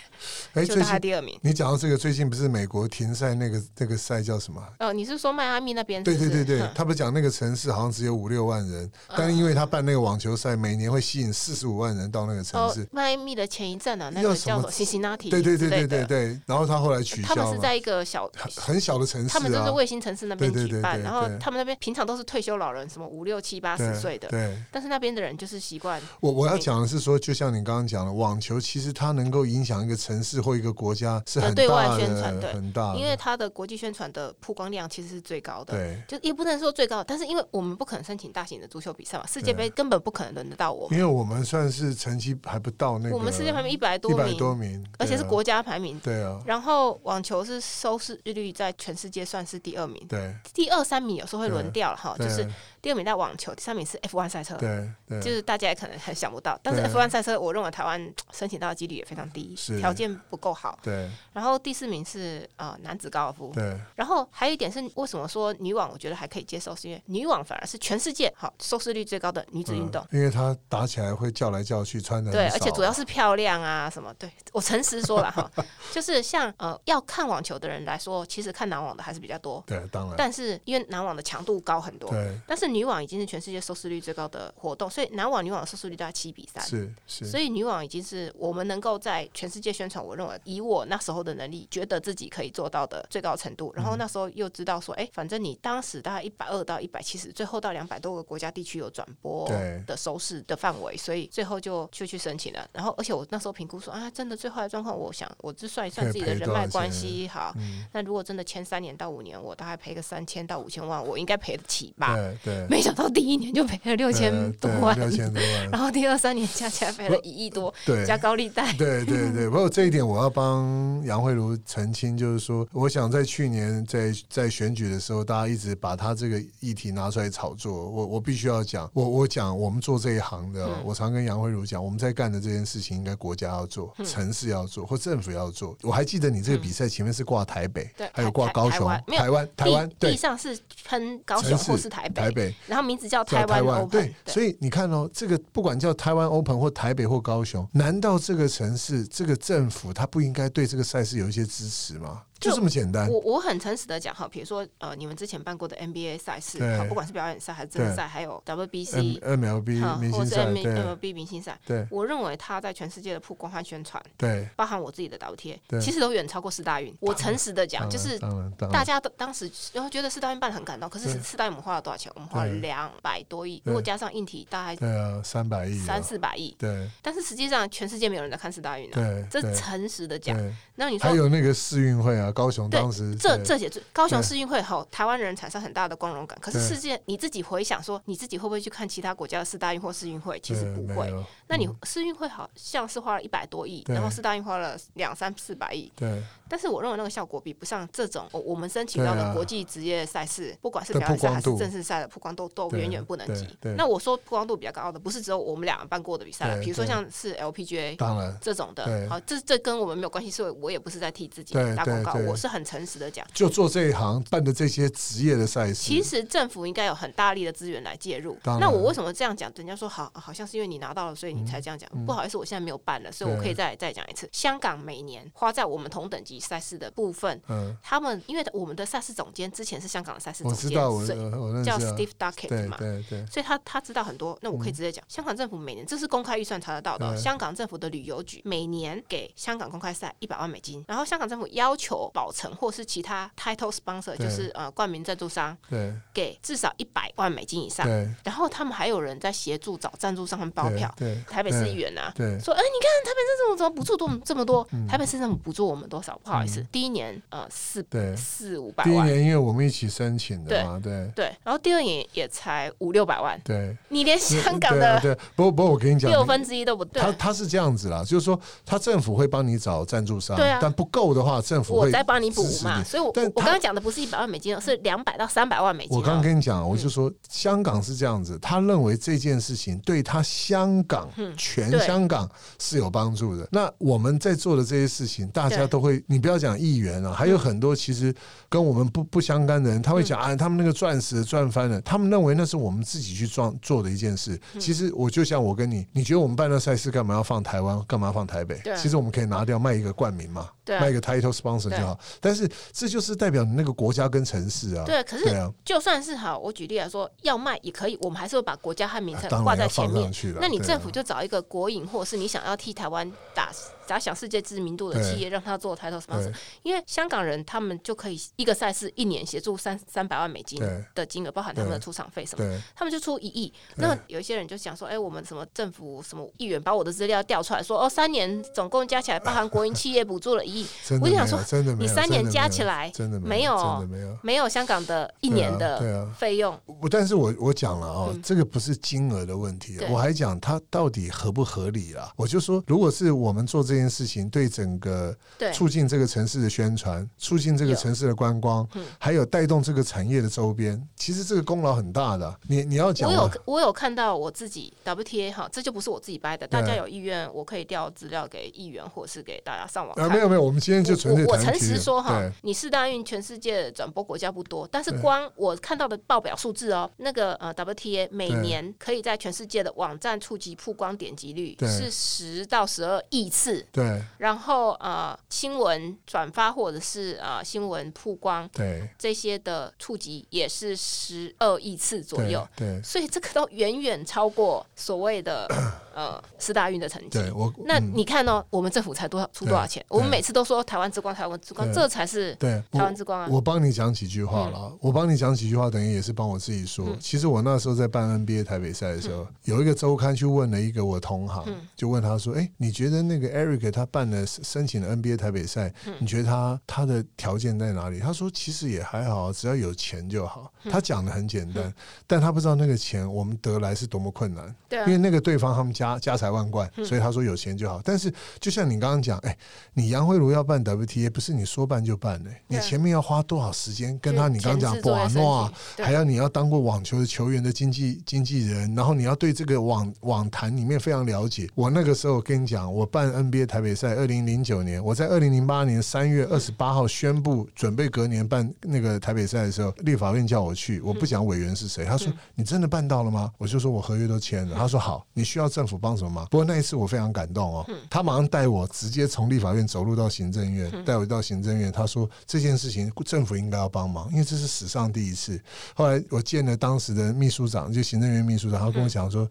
Speaker 2: 哎，
Speaker 3: 就
Speaker 2: 最
Speaker 3: 大概
Speaker 2: 近
Speaker 3: 第二名。
Speaker 2: 你讲到这个，最近不是美国停赛那个那个赛叫什么啊？
Speaker 3: 呃，你是说迈阿密那边是
Speaker 2: 对
Speaker 3: 不
Speaker 2: 对对
Speaker 3: 是？
Speaker 2: 对
Speaker 3: 嗯，
Speaker 2: 他不是讲那个城市好像只有五六万人，但是因为他办那个网球赛，每年会吸引四十五万人到那个城
Speaker 3: 哦
Speaker 2: 市。，
Speaker 3: 迈阿密的前一站啊，那
Speaker 2: 要
Speaker 3: 个
Speaker 2: 什
Speaker 3: 叫
Speaker 2: 么
Speaker 3: 什么辛辛那提
Speaker 2: 对对对
Speaker 3: 之类
Speaker 2: 对
Speaker 3: 的
Speaker 2: 对对，然后他后来取
Speaker 3: 他们
Speaker 2: 消
Speaker 3: 是
Speaker 2: 嘛，
Speaker 3: 在一个小，
Speaker 2: 很很小的城市
Speaker 3: 他
Speaker 2: 啊，
Speaker 3: 们就是卫星城市那边
Speaker 2: 对对
Speaker 3: 举办，
Speaker 2: 对对
Speaker 3: 然后
Speaker 2: 对
Speaker 3: 他们那边平常都是退休老人，什么五六七八十
Speaker 2: 对啊
Speaker 3: 岁的，
Speaker 2: 对，
Speaker 3: 但是那边的人就是习惯，
Speaker 2: 我我要讲的是说，就像你刚刚讲的，网球其实它能够影响一个城市或一个国家是很
Speaker 3: 呃对外
Speaker 2: 大
Speaker 3: 宣传
Speaker 2: 的，
Speaker 3: 对
Speaker 2: 很大的，
Speaker 3: 因为它的国际宣传的曝光量其实是最高的。
Speaker 2: 对，
Speaker 3: 就也不能说最高，但是因为我们不可能申请大型的足球比赛嘛，世界杯根本不可能轮得到我们。
Speaker 2: 因为我们算是成绩还不到那个，
Speaker 3: 我们世界排名一百
Speaker 2: 一
Speaker 3: 多
Speaker 2: 百
Speaker 3: 名，
Speaker 2: 多名，啊
Speaker 3: 而且是国家排名。
Speaker 2: 对啊，
Speaker 3: 然后网球是收视率在全世界算是第二名，
Speaker 2: 对啊
Speaker 3: 第二三名有时候会轮掉了哈，
Speaker 2: 对，
Speaker 3: 就是第二名在网球，第三名是 F1 赛车，
Speaker 2: 对对，
Speaker 3: 就是大家也可能很想不到，但是
Speaker 2: 对
Speaker 3: F1 赛车我认为台湾申请到的几率也非常低
Speaker 2: 是，
Speaker 3: 条件不够好。
Speaker 2: 对
Speaker 3: 然后第四名是呃男子高尔夫，
Speaker 2: 对
Speaker 3: 然后还有一点是为什么说女网我觉得还可以接受，是因为女网反而是全世界好收视率最高的女子运动。
Speaker 2: 嗯因为他打起来会叫来叫去，穿的
Speaker 3: 对，而且主要是漂亮啊，什么？对我诚实说 了哈，就是像呃，要看网球的人来说，其实看男网的还是比较多，
Speaker 2: 对，当然
Speaker 3: 但是因为男网的强度高很多，
Speaker 2: 对，
Speaker 3: 但是女网已经是全世界收视率最高的活动，所以男网、女网的收视率大概七比三。
Speaker 2: 是是，
Speaker 3: 所以女网已经是我们能够在全世界宣传，我认为以我那时候的能力，觉得自己可以做到的最高程度。然后
Speaker 2: 嗯
Speaker 3: 那时候又知道说，哎、反正你当时大概一百二到一百七十，最后到两百多个国家地区有转播
Speaker 2: 对
Speaker 3: 的收视的范围，所以最后就就去申请了。然后而且我那时候评估说，啊，真的最坏的状况，我想我就算一算
Speaker 2: 可以
Speaker 3: 自己的
Speaker 2: 赔
Speaker 3: 人
Speaker 2: 多少
Speaker 3: 脉关
Speaker 2: 钱
Speaker 3: 系，好，
Speaker 2: 嗯，
Speaker 3: 那如果真的签三年到五年，我大概赔个三千到五千万，我应该赔得起吧？
Speaker 2: 对对，
Speaker 3: 没想到第一年就赔了六
Speaker 2: 六
Speaker 3: 千多万，
Speaker 2: 六千多万，
Speaker 3: 然后第二三年加起来赔了一亿多，
Speaker 2: 对，
Speaker 3: 加高利贷。
Speaker 2: 对对 对，不过这一点我要帮杨慧茹澄清，就是说，我想在去年在在选举的时候，大家一直把他这个议题拿出来炒作。我我必须要讲，我我讲我们做这一行的哦，
Speaker 3: 嗯
Speaker 2: 我常跟杨慧茹讲，我们在干的这件事情，应该国家要做，
Speaker 3: 嗯
Speaker 2: 城市要做，或政府要做。我还记得你这个比赛前面是挂台北
Speaker 3: 对，
Speaker 2: 还有挂
Speaker 3: 台
Speaker 2: 高雄
Speaker 3: 台、
Speaker 2: 台湾、台湾，
Speaker 3: 地
Speaker 2: 对
Speaker 3: 地，上是喷高雄
Speaker 2: 城市
Speaker 3: 或是台北，
Speaker 2: 台北。
Speaker 3: 然后名字叫
Speaker 2: 叫
Speaker 3: 台湾 Open，
Speaker 2: 对，所以你看哦，这个不管叫台湾 Open 或台北或高雄，难道这个城市、这个政府它不应该对这个赛事有一些支持吗？
Speaker 3: 就
Speaker 2: 就这么简单。
Speaker 3: 我我很诚实的讲哈，比如说呃，你们之前办过的 NBA 赛事
Speaker 2: 对，
Speaker 3: 好不管是表演赛还是正赛，还有
Speaker 2: M
Speaker 3: WBC
Speaker 2: MLB
Speaker 3: 哈
Speaker 2: M，M 明
Speaker 3: 或
Speaker 2: 星
Speaker 3: 是
Speaker 2: 赛，
Speaker 3: M 呃
Speaker 2: 对
Speaker 3: MLB 明星赛，
Speaker 2: 对
Speaker 3: 我认为它在全世界的曝光和宣传，
Speaker 2: 对，
Speaker 3: 包含我自己的 WTA，
Speaker 2: 对
Speaker 3: 其实都远超过四大运。我诚实的
Speaker 2: 当
Speaker 3: 讲，
Speaker 2: 然
Speaker 3: 就是
Speaker 2: 当然当
Speaker 3: 大
Speaker 2: 然，
Speaker 3: 家都当时然后觉得四大运办得很感动，可是
Speaker 2: 嗯对
Speaker 3: 四大运我们花了多少钱？我们花了
Speaker 2: 对
Speaker 3: 两百多亿，如果加上硬体，大概
Speaker 2: 对啊，三百亿啊，
Speaker 3: 三四百亿。
Speaker 2: 对
Speaker 3: 但是实际上，全世界没有人在看四大运啊。
Speaker 2: 对
Speaker 3: 这
Speaker 2: 对
Speaker 3: 诚实的讲，
Speaker 2: 对，
Speaker 3: 那你
Speaker 2: 还
Speaker 3: 说
Speaker 2: 有那个世运会啊，高雄
Speaker 3: 对
Speaker 2: 当时
Speaker 3: 这
Speaker 2: 对
Speaker 3: 这也高雄
Speaker 2: 对
Speaker 3: 世运会后，台湾人产生很大的光荣感。可是
Speaker 2: 对
Speaker 3: 世界你自己回想说，你自己会不会去看其他国家的四大运或世运会？其实
Speaker 2: 对
Speaker 3: 不
Speaker 2: 没
Speaker 3: 会。
Speaker 2: 有嗯
Speaker 3: 那你世运会好像是花了一百多亿，
Speaker 2: 对
Speaker 3: 然后四大运花了两三四百亿，
Speaker 2: 对
Speaker 3: 但是我认为那个效果比不上这种哦我我们申请到
Speaker 2: 对啊
Speaker 3: 的国际职业赛事，不管是
Speaker 2: 的
Speaker 3: 表演
Speaker 2: 曝
Speaker 3: 赛
Speaker 2: 光
Speaker 3: 还是
Speaker 2: 度
Speaker 3: 正式赛的曝光度都
Speaker 2: 对
Speaker 3: 远远不能及
Speaker 2: 对对。
Speaker 3: 那我说曝光度比较高的，不是只有我们两个办过的比赛了，
Speaker 2: 对
Speaker 3: 比如说
Speaker 2: 对
Speaker 3: 像是 LPGA
Speaker 2: 当然。
Speaker 3: 这种的
Speaker 2: 对，
Speaker 3: 好，这这跟我们没有关系，所以我也不是在替自己
Speaker 2: 对
Speaker 3: 打广告
Speaker 2: 对，嗯对
Speaker 3: 我是很诚实的讲，
Speaker 2: 就做这一行办的这些职业的赛事，
Speaker 3: 其实政府应该有很大力的资源来介入。
Speaker 2: 当然
Speaker 3: 那我为什么这样讲？人家说好，好像是因为你拿到了，所以你才这样讲。不好意思，我现在没有办了，所以我
Speaker 2: 嗯对
Speaker 3: 可以再再讲一次。香港每年花在我们同等级赛事的部分，
Speaker 2: 嗯，
Speaker 3: 他们因为我们的赛事总监之前是香港的赛事总
Speaker 2: 我
Speaker 3: 监，
Speaker 2: 知道，我
Speaker 3: 所以
Speaker 2: 我我认识
Speaker 3: 叫
Speaker 2: 啊，
Speaker 3: Steve Duckett
Speaker 2: 对
Speaker 3: 嘛。
Speaker 2: 对对，
Speaker 3: 所以他他知道很多，那我可以直接讲，香港政府每年这是公开预算查得到的哦、
Speaker 2: 对
Speaker 3: 香港政府的旅游局每年给香港公开赛一百万美金，然后香港政府要求宝城或是其他 title sponsor，
Speaker 2: 对
Speaker 3: 就是呃冠名赞助商
Speaker 2: 对
Speaker 3: 给至少一百万美金以上，
Speaker 2: 对
Speaker 3: 然后他们还有人在协助找赞助商和包票，
Speaker 2: 对，对
Speaker 3: 台北市议员啊。
Speaker 2: 对嗯
Speaker 3: 说，哎、你看台北市政府怎么补助多这么多？台北市政府补助我们多少？不好意思，第一年呃四
Speaker 2: 对
Speaker 3: 四五百
Speaker 2: 第一
Speaker 3: 万，
Speaker 2: 年因为我们一起申请的嘛，对
Speaker 3: 对，然后第二年也才五六百万，
Speaker 2: 对。
Speaker 3: 你连 香港
Speaker 2: 对啊
Speaker 3: 的
Speaker 2: 对，不过不过我跟你讲，
Speaker 3: 六分之一都不对
Speaker 2: 他。他是这样子啦，就是说他政府会帮你找赞助商，
Speaker 3: 对啊
Speaker 2: 但不够的话，政府
Speaker 3: 我
Speaker 2: 会
Speaker 3: 再帮你补
Speaker 2: 支持
Speaker 3: 嘛。
Speaker 2: 你
Speaker 3: 所以我，我
Speaker 2: 但
Speaker 3: 我
Speaker 2: 他
Speaker 3: 刚刚讲的不是一百万美金哦，是两百到三百万美金哦。
Speaker 2: 我刚刚跟你讲，我就说香港是这样子，他认为这件事情对他香港、全
Speaker 3: 嗯对
Speaker 2: 香港是有帮助的。那我们在做的这些事情，大家
Speaker 3: 对嗯
Speaker 2: 都会，你不要讲议员啊，还有很多其实跟我们不不相干的人，他会讲啊，他们那个钻石赚翻了，他们认为那是我们自己去撞做的一件事。
Speaker 3: 嗯
Speaker 2: 其实我就像我跟你，你觉得我们办那赛事干嘛要放台湾，干嘛放台北
Speaker 3: 对啊？
Speaker 2: 其实我们可以拿掉卖一个冠名嘛，
Speaker 3: 对啊
Speaker 2: 卖一个 title sponsor
Speaker 3: 对
Speaker 2: 就好。但是这就是代表你那个国家跟城市啊。
Speaker 3: 对，可是
Speaker 2: 对啊。
Speaker 3: 就算是好，我举例来说，要卖也可以，我们还是会把国家和名
Speaker 2: 啊
Speaker 3: 称
Speaker 2: 当
Speaker 3: 挂
Speaker 2: 然
Speaker 3: 在
Speaker 2: 要
Speaker 3: 前
Speaker 2: 放
Speaker 3: 面
Speaker 2: 上。去了。
Speaker 3: 那你
Speaker 2: 对啊
Speaker 3: 政府就找一个国营，或者是你想要替台湾打打响世界知名度的
Speaker 2: 对
Speaker 3: 企业，让他做 title sponsor，
Speaker 2: 对
Speaker 3: 因为香港人他们就可以一个赛事一年协助三三百万美金
Speaker 2: 对
Speaker 3: 的金额，包含他们的
Speaker 2: 对
Speaker 3: 出场费什么的。
Speaker 2: 对
Speaker 3: 他们就出一亿。
Speaker 2: 对
Speaker 3: 那有一些人就想说，哎、我们什么政府什么议员把我的资料调出来说，哦，三年总共加起来，包含国营企业补助了一亿，
Speaker 2: 真的
Speaker 3: 我
Speaker 2: 没
Speaker 3: 就
Speaker 2: 有
Speaker 3: 想说
Speaker 2: 真的没有
Speaker 3: 你三
Speaker 2: 真的
Speaker 3: 年
Speaker 2: 没
Speaker 3: 加
Speaker 2: 有
Speaker 3: 起来
Speaker 2: 真的
Speaker 3: 没
Speaker 2: 有，
Speaker 3: 有
Speaker 2: 真的没有。
Speaker 3: 没有香港的一年
Speaker 2: 嗯对
Speaker 3: 的
Speaker 2: 啊
Speaker 3: 费用。
Speaker 2: 我但是我我讲了哦，
Speaker 3: 嗯
Speaker 2: 这个不是金额的问题啊
Speaker 3: 对，
Speaker 2: 我还讲它到底合不合理啦。我就说，如果是我们做这件事情，对整个
Speaker 3: 对
Speaker 2: 促进这个城市的宣传，促进这个
Speaker 3: 有嗯
Speaker 2: 城市的观光，还有带动这个产业的周边，其实这个功劳很大的。你你要讲
Speaker 3: 我有
Speaker 2: 吗，
Speaker 3: 我有看到我自己 WTA 哈，这就不是我自己掰的，
Speaker 2: 对啊
Speaker 3: 大家有意愿，我可以调资料给议员，或是给大家上网
Speaker 2: 啊，
Speaker 3: 看。
Speaker 2: 没有没有，我们今天就纯粹
Speaker 3: 我我
Speaker 2: 谈
Speaker 3: 诚
Speaker 2: 体育
Speaker 3: 实说哈
Speaker 2: 对，
Speaker 3: 你四大运全世界转播国家不多，但是
Speaker 2: 对
Speaker 3: 光我看到的报表数字哦，那个呃 WTA 每年可以在全世界的网站触及曝光点击率
Speaker 2: 对
Speaker 3: 是十到十二亿次，
Speaker 2: 对
Speaker 3: 然后呃新闻转发或者是呃新闻曝光
Speaker 2: 对
Speaker 3: 这些的触及也是十二亿次左右。
Speaker 2: 对
Speaker 3: 所以这个都远远超过所谓的呃四大运的成绩。
Speaker 2: 对，我
Speaker 3: 那
Speaker 2: 嗯
Speaker 3: 你看哦，我们政府才多少出多少钱？
Speaker 2: 对
Speaker 3: 我们每次都说台湾之光，台湾之光，
Speaker 2: 对
Speaker 3: 这才是
Speaker 2: 对我
Speaker 3: 台湾之光啊！嗯
Speaker 2: 我帮你讲几句话啦，我帮你讲几句话，等于也是帮我自己说。其实我那时候在办 NBA 台北赛的
Speaker 3: 嗯
Speaker 2: 时候，有一个周刊去问了一个我同行，就问他说：“哎、你觉得那个 Eric 他办了申请了 NBA 台北赛，
Speaker 3: 嗯
Speaker 2: 你觉得他他的条件在哪里？”他说：“其实也还好，只要有钱就好。”
Speaker 3: 嗯
Speaker 2: 他讲的很简单，但他不知道那个钱我们得来是多么困难。
Speaker 3: 对啊嗯
Speaker 2: 因为，那个对方他们家家财万贯，所以他说有钱就好。但是就像你刚刚讲，哎、你杨慧茹要办 WTA，不是你说办就办的、
Speaker 3: 对
Speaker 2: 你
Speaker 3: 啊
Speaker 2: 前面要花多少时间跟他？
Speaker 3: 嗯
Speaker 2: 你刚刚
Speaker 3: 前
Speaker 2: 讲
Speaker 3: 置作业
Speaker 2: 博
Speaker 3: 申请
Speaker 2: 诺啊，
Speaker 3: 对
Speaker 2: 还有你要当过网球的球员的经纪经纪人，然后你要对这个网网坛里面非常了解。我那个时候跟你讲，我办 NBA 台北赛，二零零九年，我在二零零八年三月二十八号宣布准备隔年办那个台北赛的时候，立法院叫我去，我不讲委员是谁，他说你真的办到了吗？我就说我合约都签了，他说好，你需要政府帮什么吗？不过那一次我非常感动哦，他马上带我直接从立法院走路到行政院，带我到行政院，他说这件事情政府应该要帮忙，因为这是史上第一次。后来我见了当时的秘书长，就行政院秘书
Speaker 3: 嗯
Speaker 2: 长，他跟我讲说。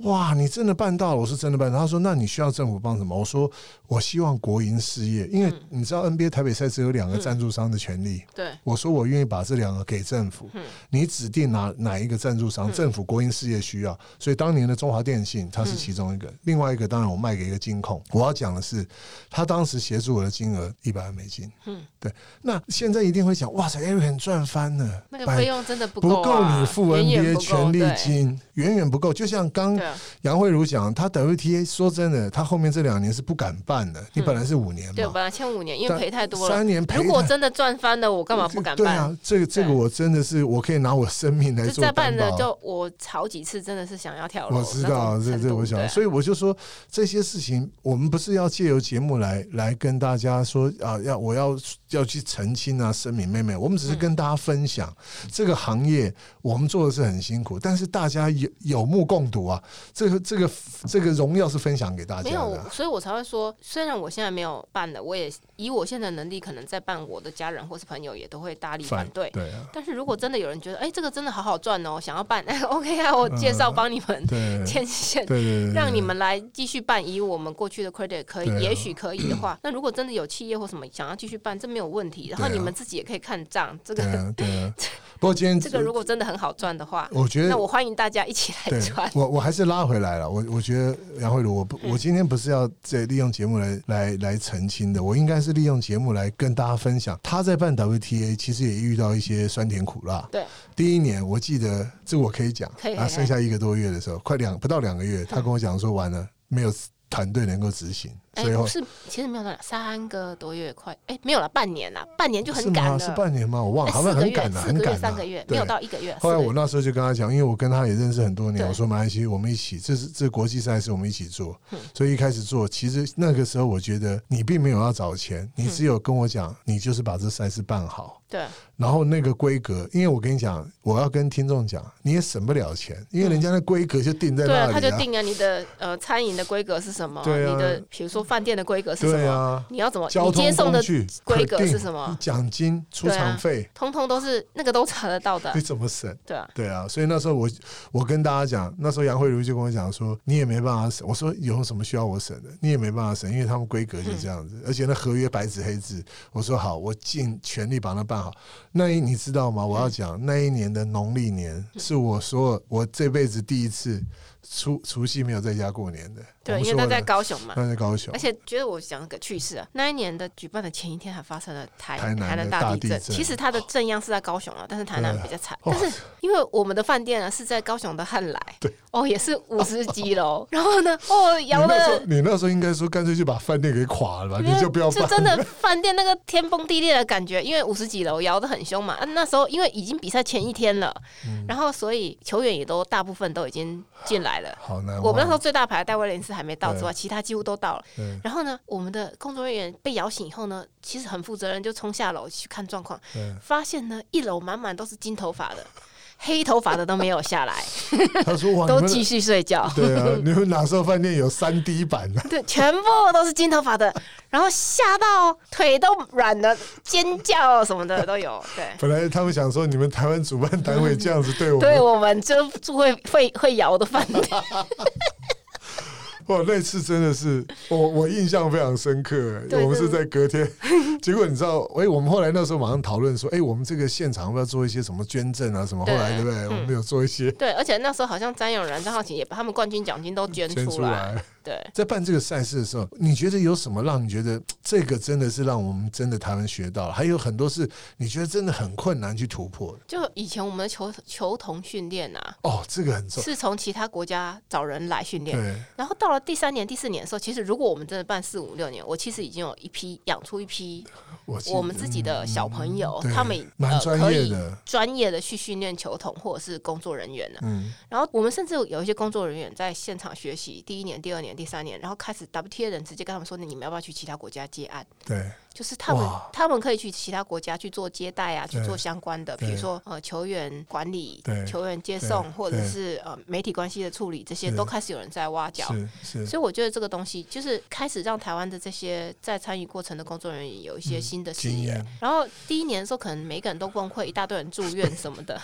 Speaker 2: 哇，你真的办到了！我是真的办到了。他说：“那你需要政府帮什么？”我说：“我希望国营事业，因为
Speaker 3: 嗯
Speaker 2: 你知道 NBA 台北赛只有两个赞助商的权利。
Speaker 3: 对
Speaker 2: 我说我愿意把这两个给政府，
Speaker 3: 嗯
Speaker 2: 你指定哪哪一个赞助商，政府国营事业需要，所以当年的中华电信它是其中一个，
Speaker 3: 嗯
Speaker 2: 另外一个当然我卖给一个金控。我要讲的是，他当时协助我的金额一百万美金，嗯，对。那现在一定会讲，哇塞，Eric 很赚翻了，
Speaker 3: 那个
Speaker 2: 百
Speaker 3: 费用真的不
Speaker 2: 不
Speaker 3: 够
Speaker 2: 够
Speaker 3: 啊
Speaker 2: 你付
Speaker 3: 远
Speaker 2: NBA
Speaker 3: 远不够
Speaker 2: 权利
Speaker 3: 对
Speaker 2: 金，远远不够。就像刚
Speaker 3: 对啊
Speaker 2: 杨慧茹讲，他 WTA 说真的，他后面这两年是不敢办的，你本来是五年
Speaker 3: 嗯对，
Speaker 2: 嘛。
Speaker 3: 本来欠五年，因为
Speaker 2: 但
Speaker 3: 赔太多了。
Speaker 2: 嗯三年赔
Speaker 3: 如果
Speaker 2: 太
Speaker 3: 真的赚翻了，我干嘛不敢
Speaker 2: 对
Speaker 3: 办？
Speaker 2: 啊，这个这个
Speaker 3: 对
Speaker 2: 我真的是，我可以拿我生命来
Speaker 3: 就
Speaker 2: 做
Speaker 3: 再办
Speaker 2: 担
Speaker 3: 了，
Speaker 2: 保
Speaker 3: 就我好几次真的是想要跳楼
Speaker 2: 我
Speaker 3: 那
Speaker 2: 知
Speaker 3: 种程
Speaker 2: 道，
Speaker 3: 度。
Speaker 2: 这这我
Speaker 3: 对
Speaker 2: 想，
Speaker 3: 啊
Speaker 2: 所以我就说这些事情，我们不是要借由节目来来跟大家说啊，要我要要去澄清啊，声明妹妹，我们
Speaker 3: 嗯
Speaker 2: 只是跟大家分享、这个行业我们做的是很辛苦，但是大家有有目共睹啊，这个这个这个荣耀是分享给大
Speaker 3: 没
Speaker 2: 家
Speaker 3: 有
Speaker 2: 的，啊。
Speaker 3: 所以我才会说，虽然我现在没有办了，我也以我现在的能力，可能在办我的家人或是朋友也都会大力反对。
Speaker 2: 对啊，
Speaker 3: 但是如果真的有人觉得，哎、这个真的好好赚哦，想要办 ，OK 啊，我介绍帮你们
Speaker 2: 嗯对对
Speaker 3: 牵线，
Speaker 2: 对对，
Speaker 3: 让你们来继续办。以我们过去的 credit 可以，
Speaker 2: 对啊
Speaker 3: 也许可以的话，那如果真的有企业或什么想要继续办，这没有问题。然后
Speaker 2: 对啊
Speaker 3: 你们自己也可以看账，这
Speaker 2: 对
Speaker 3: 个
Speaker 2: 啊对啊。 不过今天
Speaker 3: 这个如果真的很好赚的话，
Speaker 2: 我觉得
Speaker 3: 那我欢迎大家一起来
Speaker 2: 对
Speaker 3: 赚，。
Speaker 2: 我我还是拉回来了。我我觉得杨慧茹，我
Speaker 3: 嗯
Speaker 2: 不，我今天不是要这利用节目来来来澄清的，我应该是利用节目来跟大家分享，他在办 WTA 其实也遇到一些酸甜苦辣。
Speaker 3: 对，
Speaker 2: 第一年我记得这我可以讲
Speaker 3: 可以，
Speaker 2: 啊，
Speaker 3: 可以嗯
Speaker 2: 剩下一个多月的时候，快两不到两个月，他跟我讲说完了，没有团队能够执行，
Speaker 3: 哎、
Speaker 2: 所以后
Speaker 3: 不是，其实没有到两三个多月快，哎、没有了，半年啦，半年就很
Speaker 2: 是
Speaker 3: 赶
Speaker 2: 吗？
Speaker 3: 了，
Speaker 2: 是半年吗？我忘
Speaker 3: 哎
Speaker 2: 了，他
Speaker 3: 四
Speaker 2: 们
Speaker 3: 个
Speaker 2: 很
Speaker 3: 月，
Speaker 2: 赶的，
Speaker 3: 四
Speaker 2: 很
Speaker 3: 个月，
Speaker 2: 赶
Speaker 3: 三个
Speaker 2: 的
Speaker 3: 月，，没
Speaker 2: 对
Speaker 3: 有。到一个月。
Speaker 2: 后来
Speaker 3: 四个
Speaker 2: 我那时候就跟他讲，因为我跟他也认识很多年，
Speaker 3: 啊对
Speaker 2: 我说马来西亚我们一起，这是这国际赛事我们一起做，
Speaker 3: 嗯
Speaker 2: 所以一开始做，其实那个时候我觉得你并没有要找钱，
Speaker 3: 嗯
Speaker 2: 你只有跟我讲，你就是把这赛事办好。
Speaker 3: 对
Speaker 2: 然后那个规格，因为我跟你讲，我要跟听众讲，你也省不了钱，因为人家的规格就定在
Speaker 3: 嗯对
Speaker 2: 那
Speaker 3: 啊，
Speaker 2: 里、啊，
Speaker 3: 他就定了你的呃餐饮的规格是什么，
Speaker 2: 对啊
Speaker 3: 你的比如说饭店的规格是什
Speaker 2: 对
Speaker 3: 么，
Speaker 2: 啊，
Speaker 3: 你要怎么
Speaker 2: 交
Speaker 3: 你接
Speaker 2: 通
Speaker 3: 送的
Speaker 2: 工具
Speaker 3: 规格
Speaker 2: 可定
Speaker 3: 是什么啊
Speaker 2: 奖金、出场费，
Speaker 3: 通通都是那个都查得到的
Speaker 2: 你，怎么省？
Speaker 3: 对啊，
Speaker 2: 对啊，所以那时候我我跟大家讲，那时候杨慧茹就跟我讲说，你也没办法省。我说有什么需要我省的，你也没办法省，因为他们规格就这样子，而且那合约白纸黑字。我说好，我尽全力把它办好。那一你知道吗？我要讲那一年的农历年是我所有我这辈子第一次除除夕没有在家过年的。
Speaker 3: 对，啊
Speaker 2: 我们
Speaker 3: 因为
Speaker 2: 所
Speaker 3: 他
Speaker 2: 有
Speaker 3: 在
Speaker 2: 人
Speaker 3: 高雄嘛。
Speaker 2: 那在高雄
Speaker 3: 而，且觉得我讲个趣事啊，那一年的举办的前一天还发生了台
Speaker 2: 台南的
Speaker 3: 南
Speaker 2: 大
Speaker 3: 大
Speaker 2: 地
Speaker 3: 震。
Speaker 2: 震
Speaker 3: 其实它的震央是在高雄啊，但是台南
Speaker 2: 对啊
Speaker 3: 比较惨。
Speaker 2: 哇
Speaker 3: 但是因为我们的饭店呢啊是在高雄的汉来
Speaker 2: 对，
Speaker 3: 哦也是五十几 楼，然后呢哦
Speaker 2: 你
Speaker 3: 摇
Speaker 2: 那时候
Speaker 3: 了。
Speaker 2: 你那时候应该说干脆就把饭店给垮了吧，啊你就不要办
Speaker 3: 就
Speaker 2: 了。
Speaker 3: 真的饭店那个天崩地裂的感觉，因为五十几楼摇得很凶嘛。啊、那时候因为已经比赛前一天了，
Speaker 2: 嗯
Speaker 3: 然后所以球员也都大部分都已经进来了。
Speaker 2: 好难忘。
Speaker 3: 我们那时候最大牌的戴威廉斯还没到之外，其他几乎都到了。
Speaker 2: 对
Speaker 3: 然后呢，我们的工作人员被摇醒以后呢，其实很负责任，就冲下楼去看状况，
Speaker 2: 对，
Speaker 3: 发现呢一楼满满都是金头发的，黑头发的都没有下来，
Speaker 2: 他说哦哇，你
Speaker 3: 都
Speaker 2: 们
Speaker 3: 继续睡觉。
Speaker 2: 对啊，你们哪时候饭店有三 D 版啊的？
Speaker 3: 对，全部都是金头发的，然后吓到腿都软了，尖叫什么的都有。对，
Speaker 2: 本来他们想说你们台湾主办单位这样子对我们
Speaker 3: 对，我们就住会会会摇的饭店，
Speaker 2: 哇，那次真的是我我印象非常深刻。
Speaker 3: 对
Speaker 2: 我们是在隔天， 结果你知道，哎、我们后来那时候马上讨论说，哎、我们这个现场要不要做一些什么捐赠啊什么？后
Speaker 3: 对嗯
Speaker 2: 来对不对？我们有做一些
Speaker 3: 对，而且那时候好像詹永然、张浩琴也把他们冠军奖金都捐
Speaker 2: 捐出
Speaker 3: 出来。
Speaker 2: 来。
Speaker 3: 对，
Speaker 2: 在办这个赛事的时候，你觉得有什么让你觉得嘖嗯这个真的是让我们真的台湾学到了？还有很多是你觉得真的很困难去突破的。
Speaker 3: 就以前我们的球球童训练啊，
Speaker 2: 哦，这个很重
Speaker 3: 是从其他国家找人来训练。
Speaker 2: 对
Speaker 3: 然后到了第三年、第四年的时候，其实如果我们真的办四五六年，我其实已经有一批养出一批
Speaker 2: 我记得
Speaker 3: 我们自己的小朋友，
Speaker 2: 对
Speaker 3: 他们也
Speaker 2: 蛮专
Speaker 3: 呃、可
Speaker 2: 业
Speaker 3: 以
Speaker 2: 的，
Speaker 3: 专业的去训练球童或者是工作人员了。啊
Speaker 2: 嗯，
Speaker 3: 然后我们甚至有一些工作人员在现场学习第一年、第二年、第三年，然后开始 WTA 人直接跟他们说：“你们要不要去其他国家接案？”
Speaker 2: 对。
Speaker 3: 就是他们
Speaker 2: 哇，
Speaker 3: 他们可以去其他国家去做接待啊，去
Speaker 2: 对
Speaker 3: 做相关的，比
Speaker 2: 对
Speaker 3: 如说呃球员管理
Speaker 2: 对、
Speaker 3: 球员接送，
Speaker 2: 对
Speaker 3: 或者是呃媒体关系的处理，这些
Speaker 2: 是
Speaker 3: 都开始有人在挖角。
Speaker 2: 是是
Speaker 3: 所以我觉得这个东西就是开始让台湾的这些在参与过程的工作人员有一些新的
Speaker 2: 嗯
Speaker 3: 视
Speaker 2: 经
Speaker 3: 野。
Speaker 2: 验，
Speaker 3: 然后第一年的时候，可能每个人都崩溃，一大堆人住院什么 的，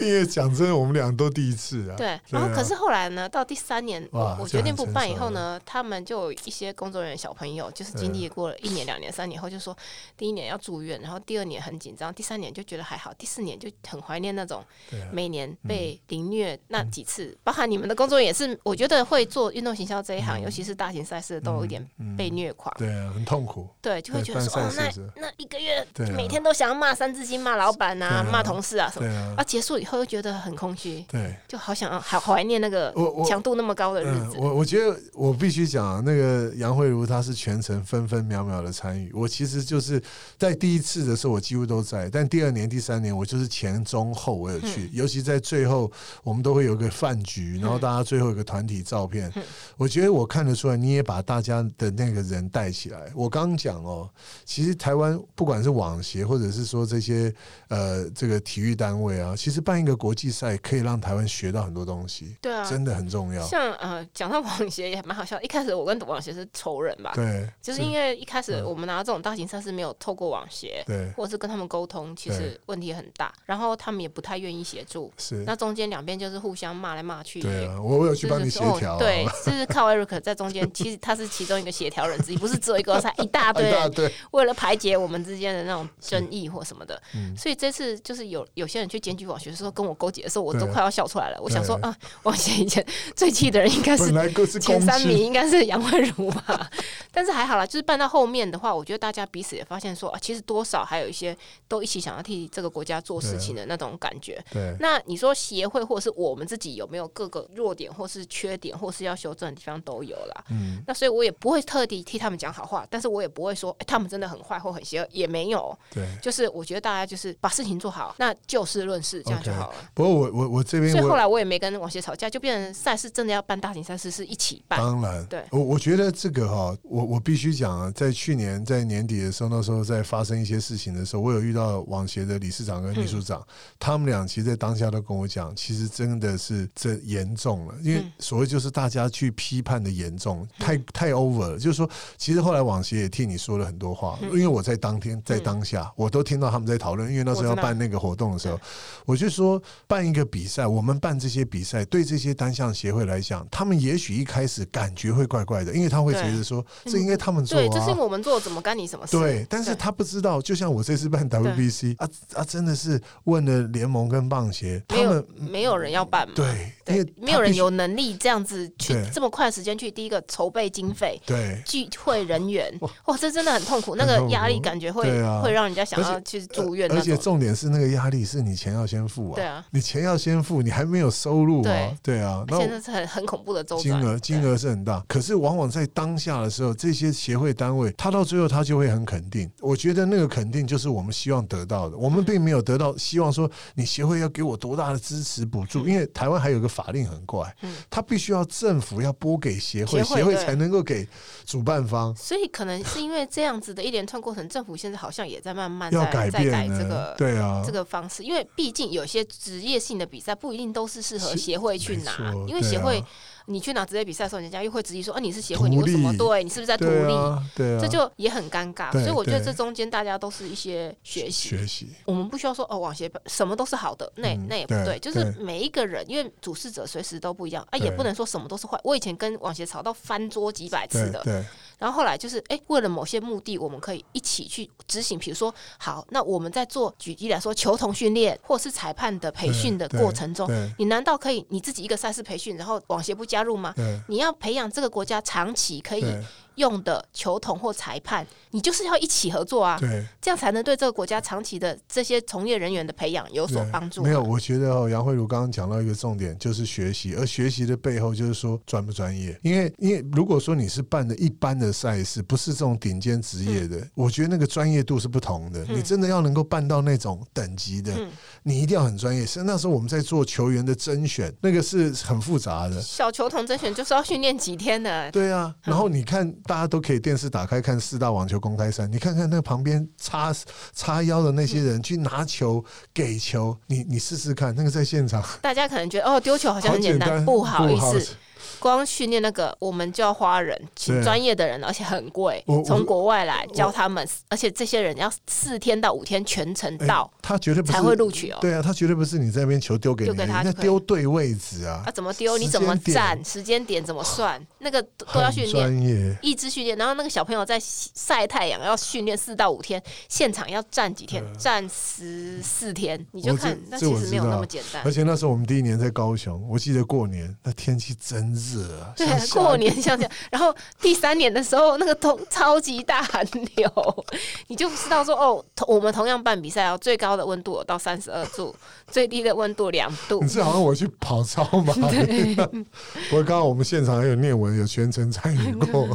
Speaker 2: 因为讲真的，我们俩都第一次啊。
Speaker 3: 对。然后可是后来呢，到第三年，
Speaker 2: 哇
Speaker 3: 我我
Speaker 2: 这
Speaker 3: 决定
Speaker 2: 很
Speaker 3: 不
Speaker 2: 成
Speaker 3: 办
Speaker 2: 熟
Speaker 3: 以后
Speaker 2: 了啊
Speaker 3: 呢，他们就有一些工作人员小朋友，就是经历过了一年、两年、三年后，就说第一年要住院，然后第二年很紧张，第三年就觉得还好，第四年就很怀念那种
Speaker 2: 对啊
Speaker 3: 每年被凌虐那几次，包含你们的工作人员也是，我觉得会做运动行销这一
Speaker 2: 嗯
Speaker 3: 行，尤其是大型赛事，都有一点被虐狂。
Speaker 2: 对啊，很痛苦。
Speaker 3: 对，就会
Speaker 2: 嗯对
Speaker 3: 觉得
Speaker 2: 办
Speaker 3: 说，哦，
Speaker 2: 赛事是
Speaker 3: 那那一个月
Speaker 2: 对啊
Speaker 3: 每天都想要骂三字经、骂老板啊、
Speaker 2: 对啊
Speaker 3: 骂同事啊什么，
Speaker 2: 对啊
Speaker 3: 啊，，结束以后又觉得很空虚，
Speaker 2: 对。
Speaker 3: 就好想要好怀念那个
Speaker 2: 我我
Speaker 3: 强度那么高的日
Speaker 2: 嗯，
Speaker 3: 子。
Speaker 2: 我我觉得我必须讲啊，那个杨慧茹她是全程分分秒秒的参与。我其实就是在第一次的时候，我几乎都在，但第二年、第三年我就是前中后我有
Speaker 3: 嗯
Speaker 2: 去， 尤其在最后我们都会有一个饭局，然后大家最后有个团体照片。
Speaker 3: 嗯
Speaker 2: 我觉得我看得出来，你也把大家的那个人带起来。我刚讲哦，其实台湾不管是网协或者是说这些呃这个体育单位啊，其实办一个国际赛可以让台湾学到很多东西，
Speaker 3: 对啊，
Speaker 2: 真的很重要。
Speaker 3: 像呃，讲到网协也蛮好笑。一开始我跟网协是仇人吧，
Speaker 2: 对，
Speaker 3: 就是因为一开始
Speaker 2: 嗯
Speaker 3: 我们拿到这种大型赛事没有透过网协，
Speaker 2: 对，
Speaker 3: 或者是跟他们沟通，其
Speaker 2: 对
Speaker 3: 实问题很大。然后他们也不太愿意协助，
Speaker 2: 是
Speaker 3: 那，中间两边就是互相骂来骂去，
Speaker 2: 对啊，我我有去帮你协调、啊，
Speaker 3: 哦对，就是靠 Eric 在中间， 其实他是其中一个协调人之一，不是只有一个，他一大堆
Speaker 2: 哎，大
Speaker 3: 人
Speaker 2: 对，
Speaker 3: 为了排解我们之间的那种争议或什么的。
Speaker 2: 嗯
Speaker 3: 所以这次就是有有些人去检举网学说跟我勾结的时候，我都
Speaker 2: 对啊
Speaker 3: 快要笑出来了。我想说
Speaker 2: 对
Speaker 3: 啊，网学以前最气的人应该是
Speaker 2: 本来就是
Speaker 3: 前
Speaker 2: 攻
Speaker 3: 三名
Speaker 2: 击，
Speaker 3: 应该是杨慧茹吧，但是还好啦，就是办到后面面的话，我觉得大家彼此也发现说，啊，其实多少还有一些都一起想要替这个国家做
Speaker 2: 啊
Speaker 3: 事情的那种感觉。
Speaker 2: 对，
Speaker 3: 那你说协会或者是我们自己有没有各个弱点或是缺点，或是要修正的地方都有啦。
Speaker 2: 嗯，
Speaker 3: 那所以我也不会特地替他们讲好话，但是我也不会说、哎，他们真的很坏或很邪恶，也没有。
Speaker 2: 对。
Speaker 3: 就是我觉得大家就是把事情做好，那就事论事，这样就好了。
Speaker 2: 不过我我我这边
Speaker 3: 所以
Speaker 2: 我
Speaker 3: 后来我也没跟王协吵架，就变成赛事真的要办大型赛事是一起办。
Speaker 2: 当然，
Speaker 3: 对
Speaker 2: 我我觉得这个哈、我我必须讲啊，在去年在年底的时候，那时候在发生一些事情的时候，我有遇到网协的理事长跟秘书长，
Speaker 3: 嗯
Speaker 2: 他们俩其实，在当下都跟我讲，其实真的是这严重了，因为
Speaker 3: 嗯
Speaker 2: 所谓就是大家去批判的严重，太太 over 了。就是说，其实后来网协也替你说了很多话，
Speaker 3: 嗯
Speaker 2: 因为我在当天在当下，我都听到他们在讨论，因为那时候要
Speaker 3: 我知道
Speaker 2: 办那个活动的时候，我就说办一个比赛，我们办这些比赛，对这些单项协会来讲，他们也许一开始感觉会怪怪的，因为他会觉得说
Speaker 3: 对嗯
Speaker 2: 这应该他们做
Speaker 3: 对，这是
Speaker 2: 啊。
Speaker 3: 我们做，怎么干你什么事？
Speaker 2: 对，但是他不知道，就像我这次办 WBC 啊啊，真的是问了联盟跟棒协，他
Speaker 3: 没有
Speaker 2: 们嗯
Speaker 3: 没有人要办嘛。
Speaker 2: 对，因
Speaker 3: 对
Speaker 2: 为，
Speaker 3: 没有人
Speaker 2: 他必须
Speaker 3: 有能力这样子去
Speaker 2: 对
Speaker 3: 这么快的时间去第一个筹备经 费。
Speaker 2: 对，
Speaker 3: 聚会人员，哇，这真的很痛苦，那
Speaker 2: 很
Speaker 3: 个
Speaker 2: 痛苦
Speaker 3: 压力感觉会
Speaker 2: 对啊
Speaker 3: 会让人家想
Speaker 2: 而
Speaker 3: 要去住院
Speaker 2: 呃而
Speaker 3: 那
Speaker 2: 且
Speaker 3: 种。
Speaker 2: 重点是那个压力是你钱要先付啊，
Speaker 3: 对啊
Speaker 2: 你钱要先付，你还没有收入啊
Speaker 3: 对，
Speaker 2: 对啊，那
Speaker 3: 而且那是很很恐怖的周
Speaker 2: 金
Speaker 3: 转
Speaker 2: 额金额是很大，可是往往在当下的时候，这些协会单位他到最后他就会很肯定。我觉得那个肯定就是我们希望得到的，我们并没有得到希望说你协会要给我多大的支持补助，因为台湾还有一个法令很怪
Speaker 3: 嗯，
Speaker 2: 他必须要政府要拨给协会，
Speaker 3: 协会
Speaker 2: 协会
Speaker 3: 对
Speaker 2: 才能够给主办方。
Speaker 3: 所以可能是因为这样子的一连串过程，政府现在好像也在慢慢
Speaker 2: 要
Speaker 3: 在
Speaker 2: 改
Speaker 3: 在改
Speaker 2: 变
Speaker 3: 这
Speaker 2: 呢
Speaker 3: 个，
Speaker 2: 对啊，
Speaker 3: 这个方式，因为毕竟有些职业性的比赛不一定都是适合
Speaker 2: 是
Speaker 3: 协会去拿
Speaker 2: 没错，
Speaker 3: 因为
Speaker 2: 对啊
Speaker 3: 协会、你去拿职业比赛的时候，人家又会质疑说，啊，你是协
Speaker 2: 图
Speaker 3: 会，你为什么
Speaker 2: 利
Speaker 3: 对你是不是在图
Speaker 2: 对
Speaker 3: 利？
Speaker 2: 啊，对啊，
Speaker 3: 这就也很尴尬，
Speaker 2: 对
Speaker 3: 所以我觉得
Speaker 2: 对
Speaker 3: 这中间大家都是一些学习。
Speaker 2: 学习，
Speaker 3: 我们不需要说哦，网协什么都是好的，那也
Speaker 2: 嗯
Speaker 3: 那也不
Speaker 2: 对
Speaker 3: 对，就是
Speaker 2: 对
Speaker 3: 每一个人，因为主事者随时都不一样啊，也
Speaker 2: 对
Speaker 3: 不能说什么都是坏。我以前跟网协吵到翻桌几百次
Speaker 2: 对
Speaker 3: 的，
Speaker 2: 对
Speaker 3: 然后后来就是，哎，为了某些目的，我们可以一起去执行。比如说，好，那我们在做举例来说，球童训练或是裁判的培训的
Speaker 2: 对
Speaker 3: 过程中，
Speaker 2: 对
Speaker 3: 你难道可以你自己一个赛事培训，然后网协不加入吗？
Speaker 2: 对
Speaker 3: 你要培养这个国家长期可以
Speaker 2: 对
Speaker 3: 用的球童或裁判，你就是要一起合作啊，
Speaker 2: 对。
Speaker 3: 这样才能对这个国家长期的这些从业人员的培养有所
Speaker 2: 对
Speaker 3: 帮助嘛。啊
Speaker 2: 没有，我觉得哦，杨慧茹刚刚讲到一个重点，就是学习，而学习的背后就是说专不专业。因为，因为如果说你是办的一般的赛事，不是这种顶尖职业
Speaker 3: 嗯
Speaker 2: 的，我觉得那个专业度是不同的。你真的要能够办到那种等级的，
Speaker 3: 嗯
Speaker 2: 你一定要很专业。是那时候我们在做球员的甄选，那个是很复杂的。
Speaker 3: 小球童甄选就是要训练几天的，
Speaker 2: 对啊，
Speaker 3: 嗯
Speaker 2: 然后你看，大家都可以电视打开看四大网球公开赛，你看看那旁边叉叉腰的那些人
Speaker 3: 嗯
Speaker 2: 去拿球给球，你你试试看，那个在现场
Speaker 3: 大家可能觉得哦，丢球好像
Speaker 2: 好
Speaker 3: 很简
Speaker 2: 简
Speaker 3: 单，
Speaker 2: 单，
Speaker 3: 不好意思，光训练那个，我们就要花人，请
Speaker 2: 对
Speaker 3: 专业的人，而且很贵
Speaker 2: 我我，
Speaker 3: 从国外来教他们，而且这些人要四天到五天全程
Speaker 2: 哎
Speaker 3: 到
Speaker 2: 他绝对不是
Speaker 3: 才会录取哦。
Speaker 2: 对啊，他绝对不是你在那边球丢给你
Speaker 3: 丢
Speaker 2: 的，
Speaker 3: 给他
Speaker 2: 那
Speaker 3: 就可以
Speaker 2: 丢对位置啊
Speaker 3: 啊，，怎么丢？你
Speaker 2: 时
Speaker 3: 怎么
Speaker 2: 间点
Speaker 3: 站？时间点怎么算？那个都都要
Speaker 2: 很
Speaker 3: 训练。
Speaker 2: 专业。
Speaker 3: 意志训练，然后那个小朋友在晒太阳，要训练四到五天，现场要站几天，站十四天，你
Speaker 2: 啊
Speaker 3: 就
Speaker 2: 我这
Speaker 3: 看，那
Speaker 2: 这
Speaker 3: 其
Speaker 2: 我
Speaker 3: 实
Speaker 2: 知
Speaker 3: 没有那
Speaker 2: 道
Speaker 3: 么简单
Speaker 2: 而。且那时候我们第一年在高雄，我记得过年那天气真热啊，
Speaker 3: 对
Speaker 2: 像，夏
Speaker 3: 过年像这 样，然后第三年的时候，那个同超级大寒流， 你就知道说哦，同我们同样办比赛哦，最高的温度有到三十二 度，最低的温度两度
Speaker 2: 你。这好像我去跑超马。 不过刚刚我们现场还有念文有全程参与 过。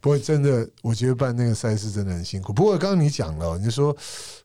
Speaker 2: 不过真的，我觉得办那个赛事真的很辛苦。不过刚刚你讲了，你说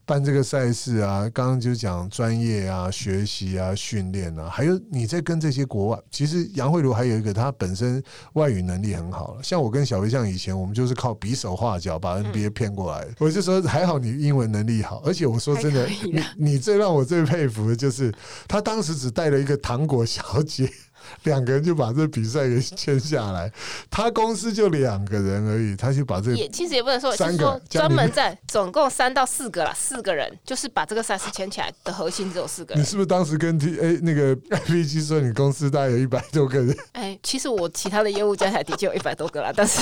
Speaker 2: 办这个赛事啊，刚刚就讲专业啊、学习啊、训练啊，还有你在跟这些国外，其实杨慧茹还有一个，她本身外语能力很好了。像我跟小飞象以前，我们就是靠比手画脚把
Speaker 3: 嗯
Speaker 2: NBA 骗过来的。我就说还好你英文能力好，而且我说真的，
Speaker 3: 还可以
Speaker 2: 你
Speaker 3: 啦
Speaker 2: 你最让我最佩服的就是他当时只带了一个糖果小姐。 两个人就把这比赛给签下来，他公司就两个人而已，他就把这个
Speaker 3: 也其实也不能说，就
Speaker 2: 三
Speaker 3: 是
Speaker 2: 个
Speaker 3: 说
Speaker 2: 加里
Speaker 3: 专
Speaker 2: 面
Speaker 3: 门在总共三到四个啦，四个人就是把这个赛事牵起来的核心只有四个
Speaker 2: 你
Speaker 3: 人。
Speaker 2: 是不是当时跟 T 哎、那个 IPG 说你公司大概有一百多个人？
Speaker 3: 哎， 其实我其他的业务加起来的确有一百多个啦，但是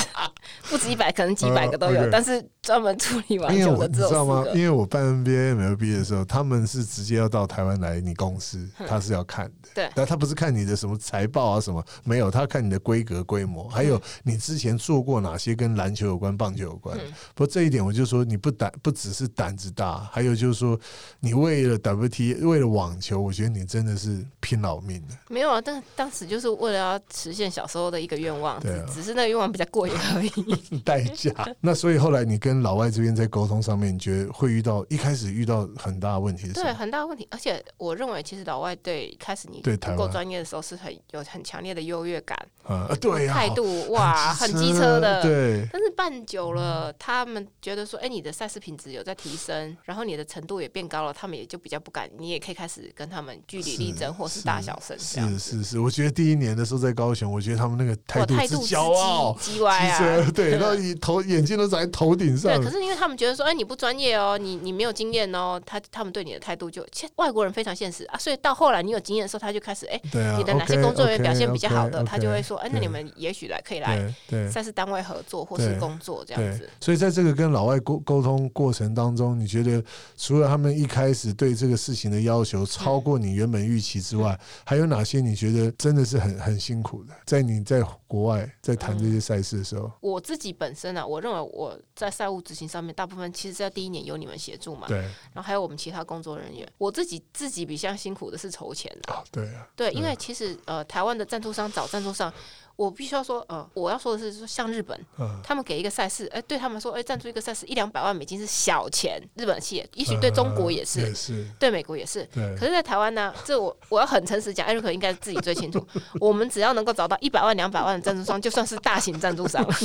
Speaker 3: 不止一百，可能几百个都
Speaker 2: 哦
Speaker 3: 有
Speaker 2: ，OK，
Speaker 3: 但是专门处理网
Speaker 2: 因为
Speaker 3: 球
Speaker 2: 我
Speaker 3: 的
Speaker 2: 你
Speaker 3: 只
Speaker 2: 知
Speaker 3: 有
Speaker 2: 道吗
Speaker 3: 四？个。
Speaker 2: 因为我办 NBA、MLB 的时候，他们是直接要到台湾来你公 司，他是要看的。
Speaker 3: 对
Speaker 2: 但他不是看你的什么财报啊什么，没有，他看你的规格规模，还
Speaker 3: 嗯
Speaker 2: 有你之前做过哪些跟篮球有关、棒球有关。
Speaker 3: 嗯
Speaker 2: 不过这一点，我就说你不胆不只是胆子大，还有就是说你为了 WT 为了网球，我觉得你真的是拼老命的。
Speaker 3: 没有啊，但当时就是为了要实现小时候的一个愿望，
Speaker 2: 对啊
Speaker 3: 只只是那个愿望比较过瘾 而已。
Speaker 2: 代 价。那所以后来你跟老外这边在沟通上面，你觉得会遇到一开始遇到很大的问题是什
Speaker 3: 对，
Speaker 2: 么？
Speaker 3: 很大问题。而且我认为，其实老外对开始你
Speaker 2: 对台
Speaker 3: 不够
Speaker 2: 湾
Speaker 3: 专业的时候，是很有很强烈的优越感，
Speaker 2: 啊，呃对呀、
Speaker 3: 态度哇，很机车的。
Speaker 2: 对，
Speaker 3: 但是办久了，他们觉得说，哎、你的赛事品质有在提升，然后你的程度也变高了，他们也就比较不敢，你也可以开始跟他们据理力争，或是大小声这样
Speaker 2: 是。是是，我觉得第一年的时候在高雄，我觉得他们那个态
Speaker 3: 哇
Speaker 2: 度
Speaker 3: 态
Speaker 2: 之
Speaker 3: 度之
Speaker 2: 骄傲。
Speaker 3: 激激歪
Speaker 2: 之
Speaker 3: 啊
Speaker 2: 奢！对，那你头眼睛都长在头顶上
Speaker 3: 对，。可是因为他们觉得说，哎、你不专业哦，你你没有经验哦，他他们对你的态度就，其实外国人非常现实啊，所以到后来你有经验的时候，他就开始，哎、
Speaker 2: 对啊，
Speaker 3: 你的哪些工作人员
Speaker 2: OK，OK，
Speaker 3: 表现比较好的
Speaker 2: OK，
Speaker 3: 他就会说，哎、那
Speaker 2: 对
Speaker 3: 你们也许来可以来
Speaker 2: 对对
Speaker 3: 赛事单位合作或是
Speaker 2: 对
Speaker 3: 工作这样
Speaker 2: 对
Speaker 3: 子。，
Speaker 2: 所以在这个跟老外沟沟通过程当中，你觉得除了他们一开始对这个事情的要
Speaker 3: 嗯
Speaker 2: 求超过你原本预期之外，还有哪些你觉得真的是很很辛苦的？在你在国外在谈
Speaker 3: 嗯
Speaker 2: 这些赛事的时候，
Speaker 3: 我自己本身啊，我认为我在赛务执行上面，大部分其实在第一年有你们协助嘛，
Speaker 2: 对
Speaker 3: 然后还有我们其他工作人员。我自己自己比较辛苦的是筹钱啊，
Speaker 2: 啊，对啊，
Speaker 3: 对，因为其实呃，台湾的赞助商找赞助商，我必须要说，呃，我要说的是说，像日本，
Speaker 2: 嗯，
Speaker 3: 他们给一个赛事，哎、对他们说，哎、赞助一个赛事一两百万美金是小钱，日本企业，也许对中国也是，
Speaker 2: 呃嗯也是，
Speaker 3: 对美国也是。
Speaker 2: 对
Speaker 3: 可，是，在台湾呢，这我我要很诚实讲，艾瑞克应该自己最清楚。我们只要能够找到一百万、两百万的赞助商，就算是大型赞助商了。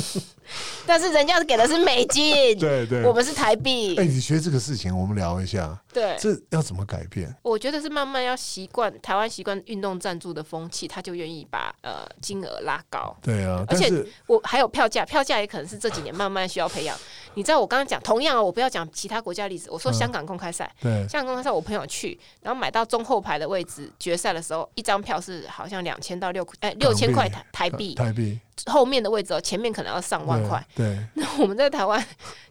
Speaker 3: 但是人家给的是美金，
Speaker 2: 对对
Speaker 3: 我。们是台币
Speaker 2: 哎，。你觉得这个事情，我们聊一下，
Speaker 3: 对，
Speaker 2: 这要怎么改变？
Speaker 3: 我觉得是慢慢要习惯台湾习惯运动赞助的风气，他就愿意把呃金额拉高。
Speaker 2: 对啊，
Speaker 3: 而
Speaker 2: 但
Speaker 3: 且
Speaker 2: 是
Speaker 3: 我还有票价，票价也可能是这几年慢慢需要培养。你知道我刚刚讲，同样啊，我不要讲其他国家例子，我说
Speaker 2: 嗯
Speaker 3: 香港公开赛，
Speaker 2: 对
Speaker 3: 香港公开赛我朋友去，然后买到中后排的位置，决赛的时候一张票是好像两千到六哎六千块台台币，
Speaker 2: 台币
Speaker 3: 后面的位置哦，前面可能要上万块。，
Speaker 2: 对对，
Speaker 3: 那我们在台湾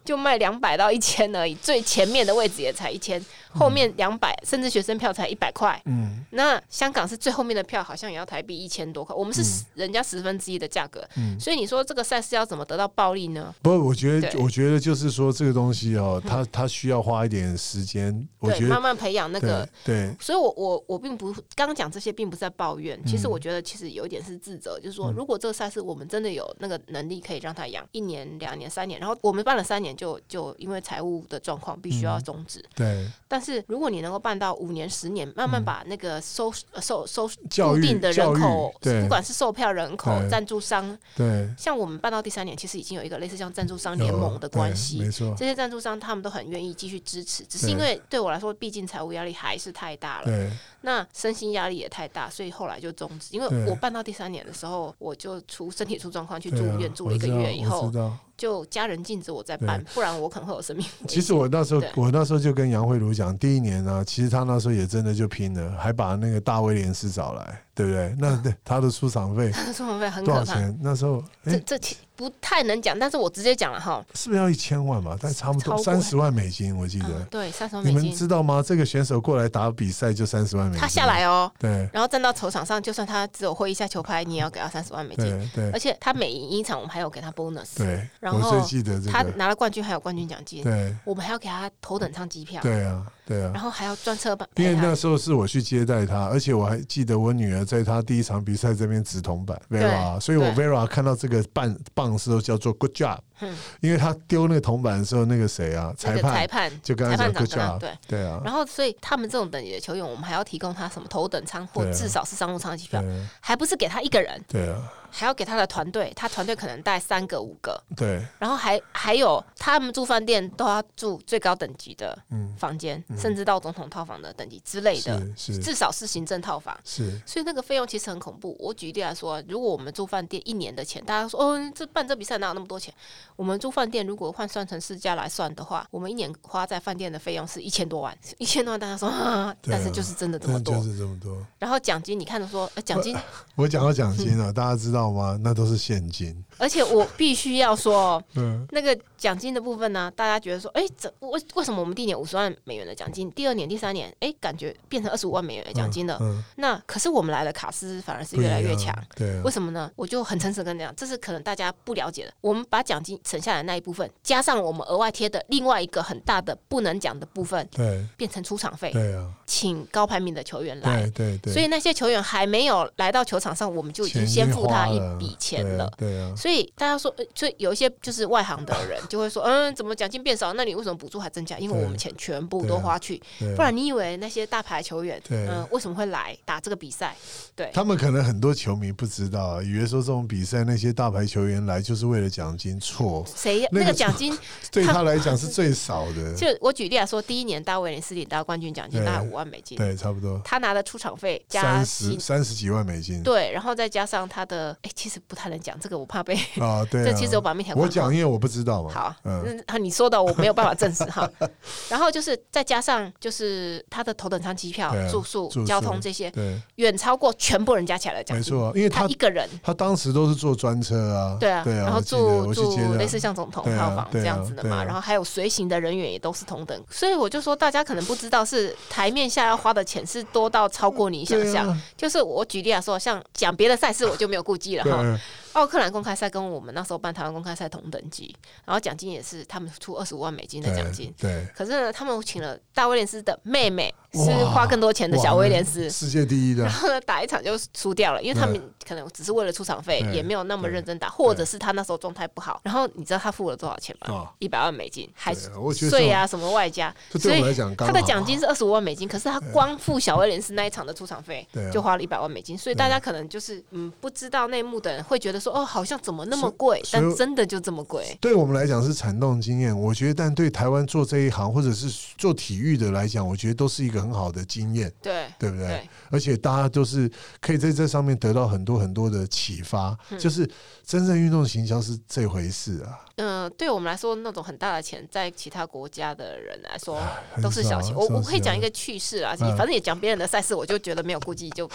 Speaker 3: 就卖两百到一千而已，最前面的位置也才一千，后面两百甚至学生票才一百块。
Speaker 2: 嗯，
Speaker 3: 那香港是最后面的票，好像也要台币一千多块，我们是
Speaker 2: 嗯
Speaker 3: 十人家十分之一的价格，所以你说这个赛事要怎么得到暴利呢？
Speaker 2: 不，我觉得，
Speaker 3: 对嗯
Speaker 2: 我觉得就是说这个东西哦，它它需要花一点时间。我
Speaker 3: 对，
Speaker 2: 觉
Speaker 3: 慢
Speaker 2: 得，
Speaker 3: 慢培养那个。
Speaker 2: 对
Speaker 3: 所以我，我我并不刚刚讲这些，并不是在抱怨。
Speaker 2: 嗯
Speaker 3: 其实我觉得，其实有一点是自责，就是说，如果这个赛事我们真的有那个能力可以让它养一年、两年、三年，然后我们办了三年就，就因为财务的状况必须
Speaker 2: 嗯
Speaker 3: 要终止。
Speaker 2: 对
Speaker 3: 但是如果你能够办到五年、十年，慢慢把那个收、呃收收
Speaker 2: 嗯教
Speaker 3: 固
Speaker 2: 育
Speaker 3: 定的人
Speaker 2: 教育
Speaker 3: 口，
Speaker 2: 对
Speaker 3: 不管是售票人口、
Speaker 2: 对
Speaker 3: 赞助商，
Speaker 2: 对，
Speaker 3: 像我们办到第三年，其实已经有一个类似像赞助商
Speaker 2: 有
Speaker 3: 联盟的关
Speaker 2: 哦对
Speaker 3: 系
Speaker 2: 没。错，
Speaker 3: 这些赞助商他们都很愿意继续支持，只是因
Speaker 2: 对
Speaker 3: 为对我来说，毕竟财务压力还是太大了，
Speaker 2: 对
Speaker 3: 那身心压力也太大，所以后来就终止。因
Speaker 2: 对
Speaker 3: 为我办到第三年的时候，我就出身体出状况去
Speaker 2: 对
Speaker 3: 住
Speaker 2: 啊
Speaker 3: 院，住
Speaker 2: 我
Speaker 3: 了一个
Speaker 2: 知道
Speaker 3: 月以
Speaker 2: 我
Speaker 3: 后
Speaker 2: 知，道。
Speaker 3: 就家人禁止我再办，不然我可能会有生命 危
Speaker 2: 其
Speaker 3: 险。
Speaker 2: 实我那时候
Speaker 3: 对，
Speaker 2: 我那时候就跟杨慧茹讲，第一年呢、其实他那时候也真的就拼了，还把那个大威廉斯找来，对不对？那对他的出场费
Speaker 3: 生活费啊很
Speaker 2: 多
Speaker 3: 可
Speaker 2: 少
Speaker 3: 怕。
Speaker 2: 钱？那时候，哎、
Speaker 3: 这这其不太能讲，但是我直接讲了哈。
Speaker 2: 是不是要一千万吧？但差不多
Speaker 3: 超过
Speaker 2: 三十万美金，我记得。
Speaker 3: 嗯，对，三十万
Speaker 2: 你
Speaker 3: 美
Speaker 2: 们
Speaker 3: 金，
Speaker 2: 知道吗？这个选手过来打比赛就三十万美金，
Speaker 3: 他下来哦，
Speaker 2: 对
Speaker 3: 然后站到球场上，就算他只有挥一下球拍，你也要给他三十万美金。
Speaker 2: 对对
Speaker 3: 而且他每赢一场，我们还有给他 bonus，
Speaker 2: 对，
Speaker 3: 然
Speaker 2: 我
Speaker 3: 后
Speaker 2: 最记得这
Speaker 3: 他
Speaker 2: 个，
Speaker 3: 拿了冠军还有冠军奖金，
Speaker 2: 对
Speaker 3: 我们还要给他头等舱机票，
Speaker 2: 对啊，对
Speaker 3: 然
Speaker 2: 啊。
Speaker 3: 后还要专车吧
Speaker 2: 因
Speaker 3: 陪
Speaker 2: 为那
Speaker 3: 他。
Speaker 2: 时候是我去接待他，而且我还记得我女儿在她第一场比赛这边直铜板 Vera，所以我 Vera 看到这个棒棒的时候叫做 Good job，
Speaker 3: 嗯
Speaker 2: 因为她丢那个铜板的时候，那个谁啊
Speaker 3: 那
Speaker 2: 裁
Speaker 3: 个裁
Speaker 2: 判
Speaker 3: 判
Speaker 2: 就跟他
Speaker 3: 裁
Speaker 2: 讲
Speaker 3: 判
Speaker 2: Good job，
Speaker 3: 长跟他对。
Speaker 2: 对啊，
Speaker 3: 然后，所以他们这种等级的球员，我们还要提供他什么头等舱或
Speaker 2: 对啊
Speaker 3: 至少是商务舱的机票，
Speaker 2: 对啊
Speaker 3: 还不是给他一个人，
Speaker 2: 对啊，
Speaker 3: 还要给他的团队，他团队可能带三个五个，
Speaker 2: 对
Speaker 3: 然后还还有他们住饭店都要住最高等级的
Speaker 2: 嗯
Speaker 3: 房间，甚至到总统套房的等级之类的，
Speaker 2: 是是
Speaker 3: 至少是行政套房。
Speaker 2: 是，
Speaker 3: 所以那个费用其实很恐怖。我举例来说，啊如果我们住饭店一年的钱，大家说哦，这办这比赛哪有那么多钱？我们住饭店如果换算成市价来算的话，我们一年花在饭店的费用是一千多万，一千多万大家说啊，
Speaker 2: 对啊
Speaker 3: 但是就是真的这么
Speaker 2: 但
Speaker 3: 多。
Speaker 2: 就是这么多。
Speaker 3: 然后奖金，你看着说，呃奖金，
Speaker 2: 我讲到奖金 啊，大家知道吗？那都是现金，
Speaker 3: 而且我必须要说，哦
Speaker 2: 嗯，
Speaker 3: 那个奖金的部分呢，大家觉得说，哎、怎为为什么我们第一年五十万美元的奖金，第二年、第三年，哎、感觉变成二十五万美元的奖金了？
Speaker 2: 嗯，
Speaker 3: 那可是我们来了卡斯反而是
Speaker 2: 不一
Speaker 3: 越
Speaker 2: 样
Speaker 3: 来越强。，
Speaker 2: 对啊
Speaker 3: 为，什么呢？我就很诚实地跟你讲，这是可能大家不了解的。我们把奖金省下来的那一部分，加上我们额外贴的另外一个很大的不能讲的部分，
Speaker 2: 对
Speaker 3: 变成出场费，
Speaker 2: 对啊，
Speaker 3: 请高排名的球员哎来。
Speaker 2: 对对对，
Speaker 3: 所以那些球员还没有来到球场上，我们就已经
Speaker 2: 钱
Speaker 3: 先
Speaker 2: 经
Speaker 3: 付
Speaker 2: 花
Speaker 3: 他一
Speaker 2: 了
Speaker 3: 笔钱
Speaker 2: 对啊
Speaker 3: 了。
Speaker 2: 对啊，
Speaker 3: 所以大家说，呃所以有一些就是外行的 人就会说，嗯，怎么奖金变少？那你为什么补助还增加？因为
Speaker 2: 对
Speaker 3: 我们钱全部
Speaker 2: 对
Speaker 3: 都
Speaker 2: 啊
Speaker 3: 花去，
Speaker 2: 对啊
Speaker 3: 不然你以为那些大牌球员，
Speaker 2: 对
Speaker 3: 嗯、为什么会来打这个比赛？对，
Speaker 2: 他们可能很多球迷不知道、啊，以为说这种比赛那些大牌球员来就是为了奖金，错，
Speaker 3: 谁
Speaker 2: 那
Speaker 3: 那
Speaker 2: 个
Speaker 3: 个奖金？
Speaker 2: 对他来讲是最少的，
Speaker 3: 就我举例来说，第一年大卫林斯领到冠军奖金
Speaker 2: 嗯对
Speaker 3: 大概五万美金，
Speaker 2: 对，差不多
Speaker 3: 他拿的出场费加
Speaker 2: 三十
Speaker 3: 薪，
Speaker 2: 三十几万美金
Speaker 3: 对，然后再加上他的，哎、其实不太能讲这个，我 怕被、
Speaker 2: 啊，对
Speaker 3: 这
Speaker 2: 啊，
Speaker 3: 其实我把面条
Speaker 2: 我
Speaker 3: 管好
Speaker 2: 讲，因为我不知道嘛，
Speaker 3: 好，
Speaker 2: 嗯，
Speaker 3: 嗯，好，你说的我没有办法证实哈。然后就是再加上就是他的头等舱机票
Speaker 2: 对啊、
Speaker 3: 住宿
Speaker 2: 住宿、
Speaker 3: 交通这些，
Speaker 2: 对，
Speaker 3: 远超过全部人加起来的奖
Speaker 2: 没
Speaker 3: 金。
Speaker 2: 错，因为
Speaker 3: 他
Speaker 2: 他
Speaker 3: 一个人，
Speaker 2: 他当时都是坐专车啊，
Speaker 3: 对啊，
Speaker 2: 对啊，
Speaker 3: 然后
Speaker 2: 我记得
Speaker 3: 住
Speaker 2: 我去接
Speaker 3: 住
Speaker 2: 他
Speaker 3: 类似像总统
Speaker 2: 对啊
Speaker 3: 套房
Speaker 2: 对啊
Speaker 3: 这样子的
Speaker 2: 对
Speaker 3: 嘛，
Speaker 2: 啊
Speaker 3: 然后还有随行的人员也都是同等，所以我就说大家可能不知道是台面下要花的钱是多到超过你想
Speaker 2: 对
Speaker 3: 象。
Speaker 2: 啊
Speaker 3: 就是我举例来说，像讲别的赛事我就没有顾忌了
Speaker 2: 对
Speaker 3: 哈。
Speaker 2: 啊，
Speaker 3: 奥克兰公开赛跟我们那时候办台湾公开赛同等级，然后奖金也是他们出二十五万美金的奖金，
Speaker 2: 对，
Speaker 3: 可是呢，他们请了大威廉斯的妹妹，
Speaker 2: 哇
Speaker 3: 是花更多钱的
Speaker 2: 哇
Speaker 3: 小威廉
Speaker 2: 那
Speaker 3: 斯。
Speaker 2: 世界第一的
Speaker 3: 然，后呢，打一场就输掉了，因为他们可能只是为了出场费
Speaker 2: 嗯对，
Speaker 3: 也没有那么认真打，或者是他那时候状态不好。然后你知道他付了多少钱
Speaker 2: 哦
Speaker 3: 吗？一百万美金，还
Speaker 2: 对啊我觉得这
Speaker 3: 税啊什么外加，
Speaker 2: 这
Speaker 3: 所
Speaker 2: 对
Speaker 3: 以
Speaker 2: 我来讲刚
Speaker 3: 他
Speaker 2: 好啊
Speaker 3: 的奖金是二十五万美金，可是他光付小威廉斯那一场的出场费
Speaker 2: 对啊
Speaker 3: 就花了一百万美金，所以大家可能就是嗯不知道内幕的人会觉得说哦好像怎么那么贵，
Speaker 2: 所以
Speaker 3: 但真的就这么贵，
Speaker 2: 对我们来讲是惨痛经验，我觉得，但对台湾做这一行或者是做体育的来讲，我觉得都是一个很好的经验，
Speaker 3: 对
Speaker 2: 对不对？
Speaker 3: 对
Speaker 2: 而且大家都是可以在这上面得到很多很多的启发，就是真正运动行销是这回事啊，
Speaker 3: 嗯，对我们来说，那种很大的钱，在其他国家的人来说
Speaker 2: 很
Speaker 3: 都是小钱。
Speaker 2: 少
Speaker 3: 我
Speaker 2: 少
Speaker 3: 我可以讲
Speaker 2: 钱
Speaker 3: 一个趣事啊，
Speaker 2: 嗯
Speaker 3: 反正也讲别人的赛事，我就觉得没有顾忌就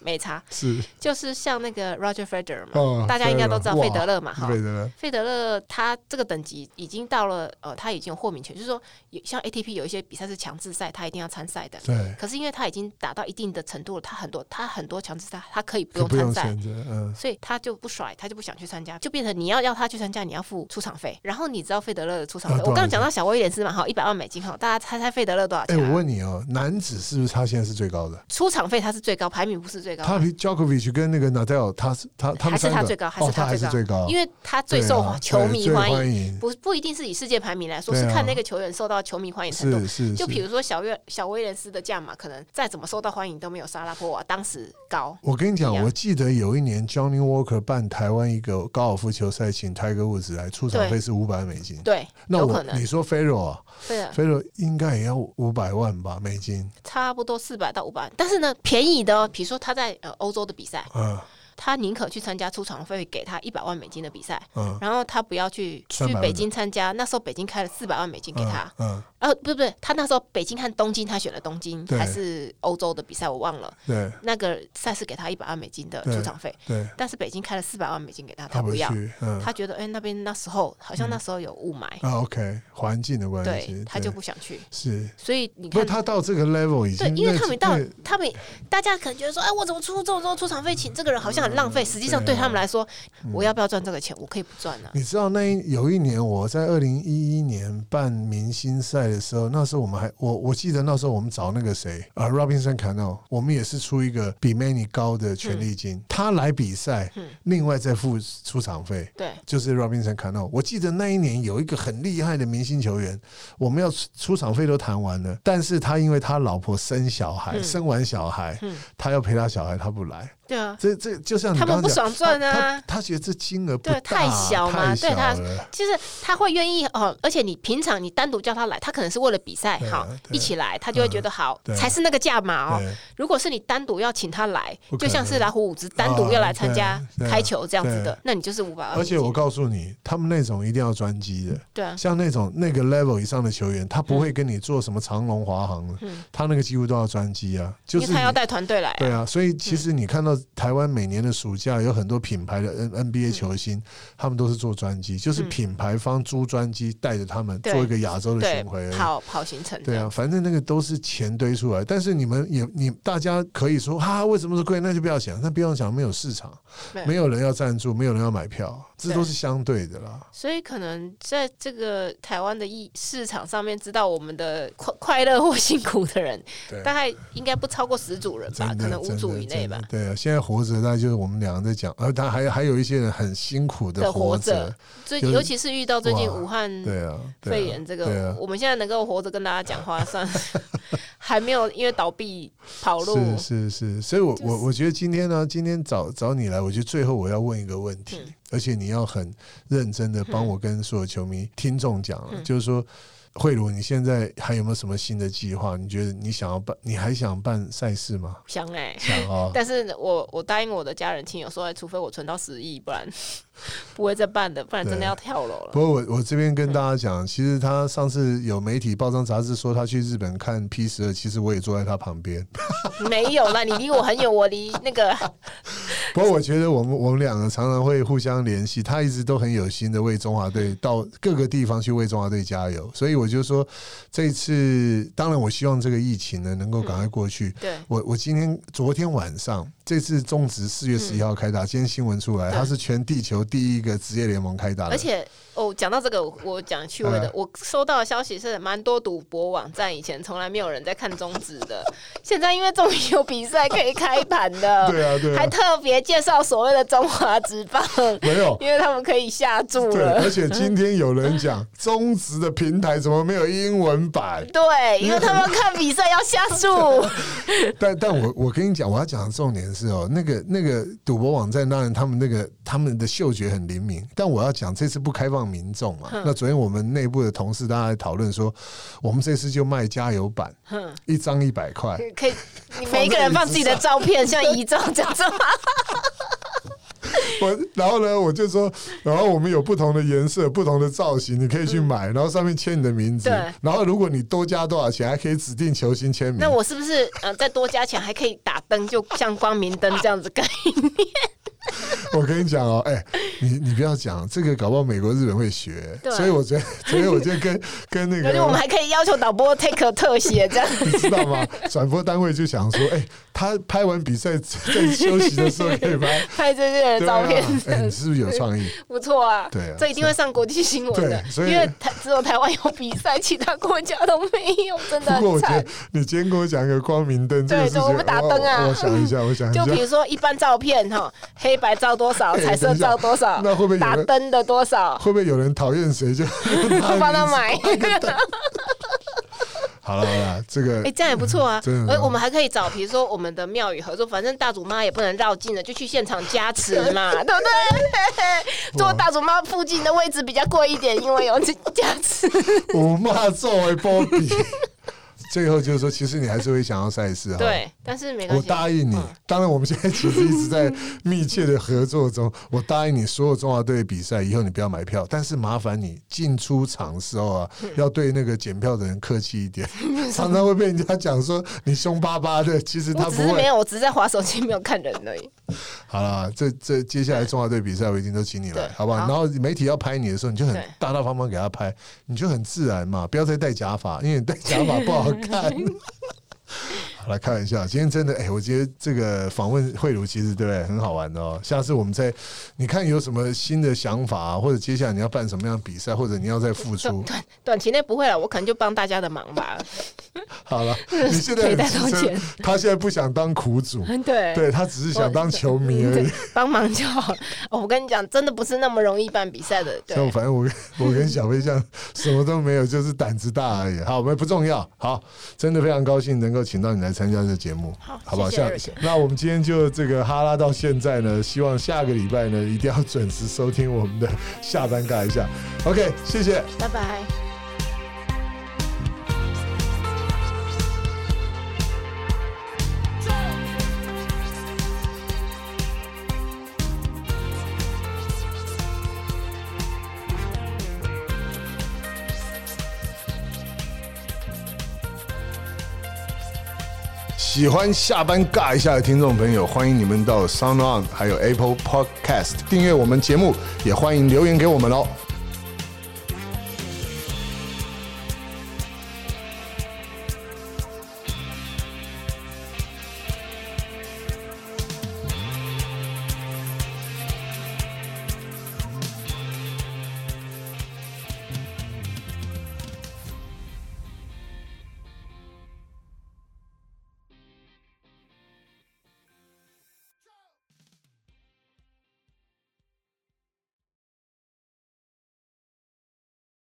Speaker 3: 没差。
Speaker 2: 是
Speaker 3: 就是像那个 Roger Federer 嘛，
Speaker 2: 哦
Speaker 3: 大家应该都知道
Speaker 2: Federer，
Speaker 3: 费德勒嘛，哈
Speaker 2: 对。的，
Speaker 3: 费德勒他这个等级已经到了，呃，他已经有豁免权，就是说，有像 ATP 有一些比赛是强制赛，他一定要参赛的。
Speaker 2: 对，
Speaker 3: 可是因为他已经达到一定的程度了，他很多他很多强制赛他可以不
Speaker 2: 可
Speaker 3: 用
Speaker 2: 不用
Speaker 3: 参赛，
Speaker 2: 选择，嗯，
Speaker 3: 所以他就不甩，他就不想去参加，就变成你要要他去参加，你要付出场费。然后你知道费德勒的出场费，
Speaker 2: 啊
Speaker 3: 我
Speaker 2: 多少
Speaker 3: 刚刚讲到小威廉斯嘛，哈，一百万美金哈，大家猜猜费德勒多少
Speaker 2: 哎、
Speaker 3: 钱啊、
Speaker 2: 我问你哦，男子是不是他现在是最高的？
Speaker 3: 出场费他是最高，排名不是最高，
Speaker 2: 他比 Djokovic 跟那个 Nadal，他是他他
Speaker 3: 还
Speaker 2: 们
Speaker 3: 是
Speaker 2: 三
Speaker 3: 他
Speaker 2: 个
Speaker 3: 最高，还
Speaker 2: 哦
Speaker 3: 是
Speaker 2: 他还是
Speaker 3: 最
Speaker 2: 最高，
Speaker 3: 因为他最
Speaker 2: 对
Speaker 3: 受
Speaker 2: 啊
Speaker 3: 球
Speaker 2: 对
Speaker 3: 迷
Speaker 2: 最
Speaker 3: 欢
Speaker 2: 欢
Speaker 3: 迎，
Speaker 2: 迎，
Speaker 3: 不不一定是以世界排名来说，
Speaker 2: 对
Speaker 3: 是
Speaker 2: 啊
Speaker 3: 看那个球员受到球迷欢迎程度。
Speaker 2: 是是，
Speaker 3: 就是比如说小月小威廉斯的价码，可能再怎么受到欢迎都没有莎拉波娃当时高。
Speaker 2: 我跟你讲
Speaker 3: 一，样
Speaker 2: 我记得有一年 Johnny Walker 办台湾一个高尔夫球赛，请 Tiger Woods 来，出场
Speaker 3: 对
Speaker 2: 费是五百美金。
Speaker 3: 对，
Speaker 2: 那
Speaker 3: 有
Speaker 2: 我
Speaker 3: 可能
Speaker 2: 你说 f e r r o 啊
Speaker 3: 对啊，
Speaker 2: f e r r o 应该也要五百万吧美金
Speaker 3: 差不多四百到五百，但是呢，便宜的、哦，比如说他在呃欧洲的比赛，
Speaker 2: 啊
Speaker 3: 他宁可去参加出场费给他一百万美金的比赛，
Speaker 2: 啊
Speaker 3: 然后他不要去去
Speaker 2: 300万
Speaker 3: 北京参加。那时候北京开了四百万美金给他，
Speaker 2: 嗯，
Speaker 3: 呃，不是不是，他那时候北京和东京，他选了东京
Speaker 2: 对
Speaker 3: 还是欧洲的比赛，我忘了。
Speaker 2: 对
Speaker 3: 那个赛事给他一百万美金的
Speaker 2: 对
Speaker 3: 出场费，
Speaker 2: 对，
Speaker 3: 但是北京开了四百万美金给他，
Speaker 2: 他
Speaker 3: 他
Speaker 2: 不
Speaker 3: 不要，
Speaker 2: 去，嗯
Speaker 3: 他觉得哎、那边那时候好像那时候有雾霾，
Speaker 2: 啊 OK，环境的关系
Speaker 3: 对，，他就
Speaker 2: 对
Speaker 3: 不想去。
Speaker 2: 是，
Speaker 3: 所以你
Speaker 2: 不
Speaker 3: 看
Speaker 2: 是，他到这个 level 已
Speaker 3: 对，
Speaker 2: 经
Speaker 3: 因为
Speaker 2: 那
Speaker 3: 他们到
Speaker 2: 那
Speaker 3: 他们，大家可能觉得说，哎，我怎么出这么多出场费，请这个人好像很浪费。实际上
Speaker 2: 对
Speaker 3: 对
Speaker 2: 啊
Speaker 3: 他们来说，我要不要赚这个钱？我可以不赚啊。
Speaker 2: 你知道那一有一年我在二零一一年办明星赛的时候，那时候我们还我我记得那时候我们找那个谁呃 Robinson Cano，我们也是出一个比 Many 高的权利金，他来比赛，
Speaker 3: 嗯
Speaker 2: 另外再付出场费。
Speaker 3: 对，
Speaker 2: 就是 Robinson Cano，我记得那一年有一个很厉害的明星球员，我们要出出场费都谈完了，但是他因为他老婆生小孩，
Speaker 3: 嗯
Speaker 2: 生完小孩，
Speaker 3: 嗯
Speaker 2: 他要陪他小孩，他不来，
Speaker 3: 对啊，
Speaker 2: 这这就像你
Speaker 3: 他
Speaker 2: 刚
Speaker 3: 们
Speaker 2: 刚
Speaker 3: 不
Speaker 2: 讲，
Speaker 3: 爽赚啊
Speaker 2: 他。他觉得这金额不
Speaker 3: 对
Speaker 2: 大，
Speaker 3: 太小嘛
Speaker 2: 太
Speaker 3: 对他
Speaker 2: 小了
Speaker 3: 其实他会愿意哦，而且你平常你单独叫他来，他可能是为了比赛
Speaker 2: 对啊
Speaker 3: 好
Speaker 2: 对啊
Speaker 3: 一起来，他就会觉得好
Speaker 2: 对啊
Speaker 3: 才是那个价码哦。
Speaker 2: 对
Speaker 3: 如果是你单独要请他来
Speaker 2: 不，可
Speaker 3: 就
Speaker 2: 能
Speaker 3: 像是老虎伍兹单独要来参加
Speaker 2: 啊对啊
Speaker 3: 开球这样子
Speaker 2: 对
Speaker 3: 的，那你就是五百二。
Speaker 2: 而且我告诉你，他们那种一定要专机的，
Speaker 3: 对啊，
Speaker 2: 像那种那个 level 以上的球员，他不会跟你做什么长龙、华航的，
Speaker 3: 嗯
Speaker 2: 他那个几乎都要专机啊，就
Speaker 3: 因
Speaker 2: 是你
Speaker 3: 为他要带团队来啊。
Speaker 2: 对啊，所以其实你看到台湾每年的暑假有很多品牌的呃 N NBA 球星，他们都是做专机，就是
Speaker 3: 嗯
Speaker 2: 品牌方租专机带着他们
Speaker 3: 对
Speaker 2: 做一个亚洲的
Speaker 3: 对
Speaker 2: 巡回而已。
Speaker 3: 跑跑行程
Speaker 2: 对啊，反正那个都是钱堆出来，但是你们也你大家可以说啊，为什么是贵？那就不要想，那不要想，没有市场，
Speaker 3: 对
Speaker 2: 没有人要赞助，没有人要买票，这
Speaker 3: 对
Speaker 2: 都是相对的啦。
Speaker 3: 所以可能在这个台湾的艺市场上面，知道我们的快快乐或辛苦的人，
Speaker 2: 对
Speaker 3: 大概应该不超过十组人吧，
Speaker 2: 真的
Speaker 3: 可能五组以内吧
Speaker 2: 真的真的。对啊，现在活着，那就是我们两个在讲，而他还还有一些人很辛苦的
Speaker 3: 的活
Speaker 2: 着
Speaker 3: 着。最
Speaker 2: 就是
Speaker 3: 尤其是遇到最近
Speaker 2: 哇
Speaker 3: 武汉
Speaker 2: 对啊，对啊
Speaker 3: 肺炎这个，
Speaker 2: 对啊，
Speaker 3: 我们现在能够活着跟大家讲 话，算还没有因为倒闭跑路。
Speaker 2: 是是是，所以我、
Speaker 3: 就是
Speaker 2: 我我觉得今天呢、今天找找你来，我觉得最后我要问一个问题，
Speaker 3: 嗯
Speaker 2: 而且你要很认真的帮我跟所有球迷、听众讲了，
Speaker 3: 嗯
Speaker 2: 就是说。慧茹，你现在还有没有什么新的计划？你觉得你想要办，你还想办赛事 吗？
Speaker 3: 想哎、
Speaker 2: 想哦，
Speaker 3: 但是我我答应我的家人亲友说，哎除非我存到十亿，不然不会再办的，不然真的
Speaker 2: 对
Speaker 3: 要跳楼
Speaker 2: 不
Speaker 3: 了。
Speaker 2: 过我我这边跟大家讲，其实他上次有媒体报章杂志说他去日本看 P 十二，其实我也坐在他旁边。
Speaker 3: 没有啦，你离我很远，我离 那个
Speaker 2: 不过我觉得我们我们两个常常会互相联系，他一直都很有心的为中华队到各个地方去为中华队加油，所以我就说这一次，当然我希望这个疫情呢能够赶快过去。
Speaker 3: 对
Speaker 2: 我我今天昨天晚上，这次中职四月十一号开打，今天新闻出来，
Speaker 3: 对
Speaker 2: 它是全地球第一个职业联盟开打的，
Speaker 3: 而且哦，讲到这个，我我讲趣味的，
Speaker 2: 嗯
Speaker 3: 我收到的消息是，蛮多赌博网站以前从来没有人在看中指的，现在因为终于有比赛可以开盘 的，
Speaker 2: 对啊对
Speaker 3: 还
Speaker 2: 啊，
Speaker 3: 特别介绍所谓的中华职棒，
Speaker 2: 没有。
Speaker 3: 因为他们可以下注
Speaker 2: 对，
Speaker 3: 了。
Speaker 2: 而且今天有人讲中职的平台怎么没有英文版？
Speaker 3: 对，因为他们看比赛要下 注，
Speaker 2: 但但我我跟你讲，我要讲的重点是哦，那个那个赌博网站，当然他们那个他们的嗅觉很灵敏，但我要讲这次不开放民众嘛。那昨天我们内部的同事大家在讨论说，我们这次就卖加油版，一张一百 块。
Speaker 3: 可以，你每一个人放自己的照片，像遗照这样子吗？
Speaker 2: 我然后呢，我就说，然后我们有不同的颜色、不同的造型，你可以去买，然后上面签你的名字
Speaker 3: 嗯对。
Speaker 2: 然后如果你多加多少钱，还可以指定球星签名。
Speaker 3: 那我是不是呃再多加钱还可以打灯，就像光明灯这样子概念？
Speaker 2: 我跟你讲哦，哎、你你不要讲这个，搞不好美国、日本会学，
Speaker 3: 对
Speaker 2: 所以我 觉得，所以我就跟跟那
Speaker 3: 而且我
Speaker 2: 个，
Speaker 3: 们还可以要求导播 take 特写这样。
Speaker 2: 你知道吗？转播单位就想说，哎、他拍完比赛在休息的时候可以拍
Speaker 3: 拍这些人的
Speaker 2: 对
Speaker 3: 照
Speaker 2: 啊
Speaker 3: 片，
Speaker 2: 哎、你是不是有创意？
Speaker 3: 不错啊。
Speaker 2: 对啊
Speaker 3: 这一定会上国际新闻的
Speaker 2: 对，
Speaker 3: 因
Speaker 2: 所以
Speaker 3: 为台只有台湾有比赛， 其他国家都没有，真的
Speaker 2: 不过
Speaker 3: 很
Speaker 2: 我觉
Speaker 3: 惨
Speaker 2: 得。你今天跟我讲一个光明灯这个事情，哦
Speaker 3: 对我们打灯啊
Speaker 2: 我我想一下，我想一
Speaker 3: 就
Speaker 2: 下，
Speaker 3: 比如说一般照片哈，黑白照多少，
Speaker 2: 哎
Speaker 3: 彩色照多少，
Speaker 2: 那会不会有
Speaker 3: 打
Speaker 2: 人
Speaker 3: 灯的多少，
Speaker 2: 会不会有人讨厌 谁就
Speaker 3: 帮他买。
Speaker 2: 好了好了，这个
Speaker 3: 哎、这样也不错 啊
Speaker 2: 真。的
Speaker 3: 而我们还可以找，比如说我们的庙宇合作，反正大主妈也不能绕境了，就去现场加持 嘛，对不对？ 坐大主妈附近的位置比较贵一点，因为有加持。
Speaker 2: 我骂作为波比。 最后就是说，其实你还是会想要赛事哈。
Speaker 3: 对，但是没关
Speaker 2: 我
Speaker 3: 系。嗯
Speaker 2: 答应你，当然我们现在其实一直在密切的合作中。 我答应你，所有中华队的比赛以后你不要买票，但是麻烦你进出场的时候啊，
Speaker 3: 嗯
Speaker 2: 要对那个检票的人客气一 点，常常会被人家讲说你凶巴巴的，其实他
Speaker 3: 我
Speaker 2: 不
Speaker 3: 只是没
Speaker 2: 会。
Speaker 3: 有，我只是在划手机，没有看人而已。
Speaker 2: 好了，这这接下来中华队比赛我一定都请你来，
Speaker 3: 对
Speaker 2: 好不好？
Speaker 3: 好
Speaker 2: 然后媒体要拍你的时候，你就很
Speaker 3: 对
Speaker 2: 大大方方给他拍，你就很自然嘛，不要再戴假发，因为你戴假发不好 看。好来开玩笑，今天真的，哎、我觉得这个访问慧茹其实对不对，很好玩的哦。下次我们再，你看有什么新的想法、或者接下来你要办什么样的比赛，或者你要再付 出。
Speaker 3: 短短期内不会了，我可能就帮大家的忙吧。
Speaker 2: 好 了，你现在
Speaker 3: 可以
Speaker 2: 很
Speaker 3: 带
Speaker 2: 机
Speaker 3: 多
Speaker 2: 车
Speaker 3: 钱，
Speaker 2: 他现在不想当苦主，
Speaker 3: 对
Speaker 2: 对他只是想当球迷而
Speaker 3: 对
Speaker 2: 已。，
Speaker 3: 帮忙就好。哦我跟你讲，真的不是那么容易办比赛的。对
Speaker 2: 所，以反正我跟我跟小飞像什么都没有，就是胆子大而已。好，我们不重要。好，真的非常高兴能够请到你来参加这个节目，
Speaker 3: 好
Speaker 2: 好不好？
Speaker 3: 谢谢
Speaker 2: 下
Speaker 3: Eric
Speaker 2: 那我们今天就这个哈拉到现在呢，希望下个礼拜呢一定要准时收听我们的下班尬一下。OK，谢谢。
Speaker 3: 拜拜。
Speaker 2: 喜欢下班尬一下的听众朋友，欢迎你们到哦 Sound On 还有 Apple Podcast 订阅我们节目，也欢迎留言给我们喽。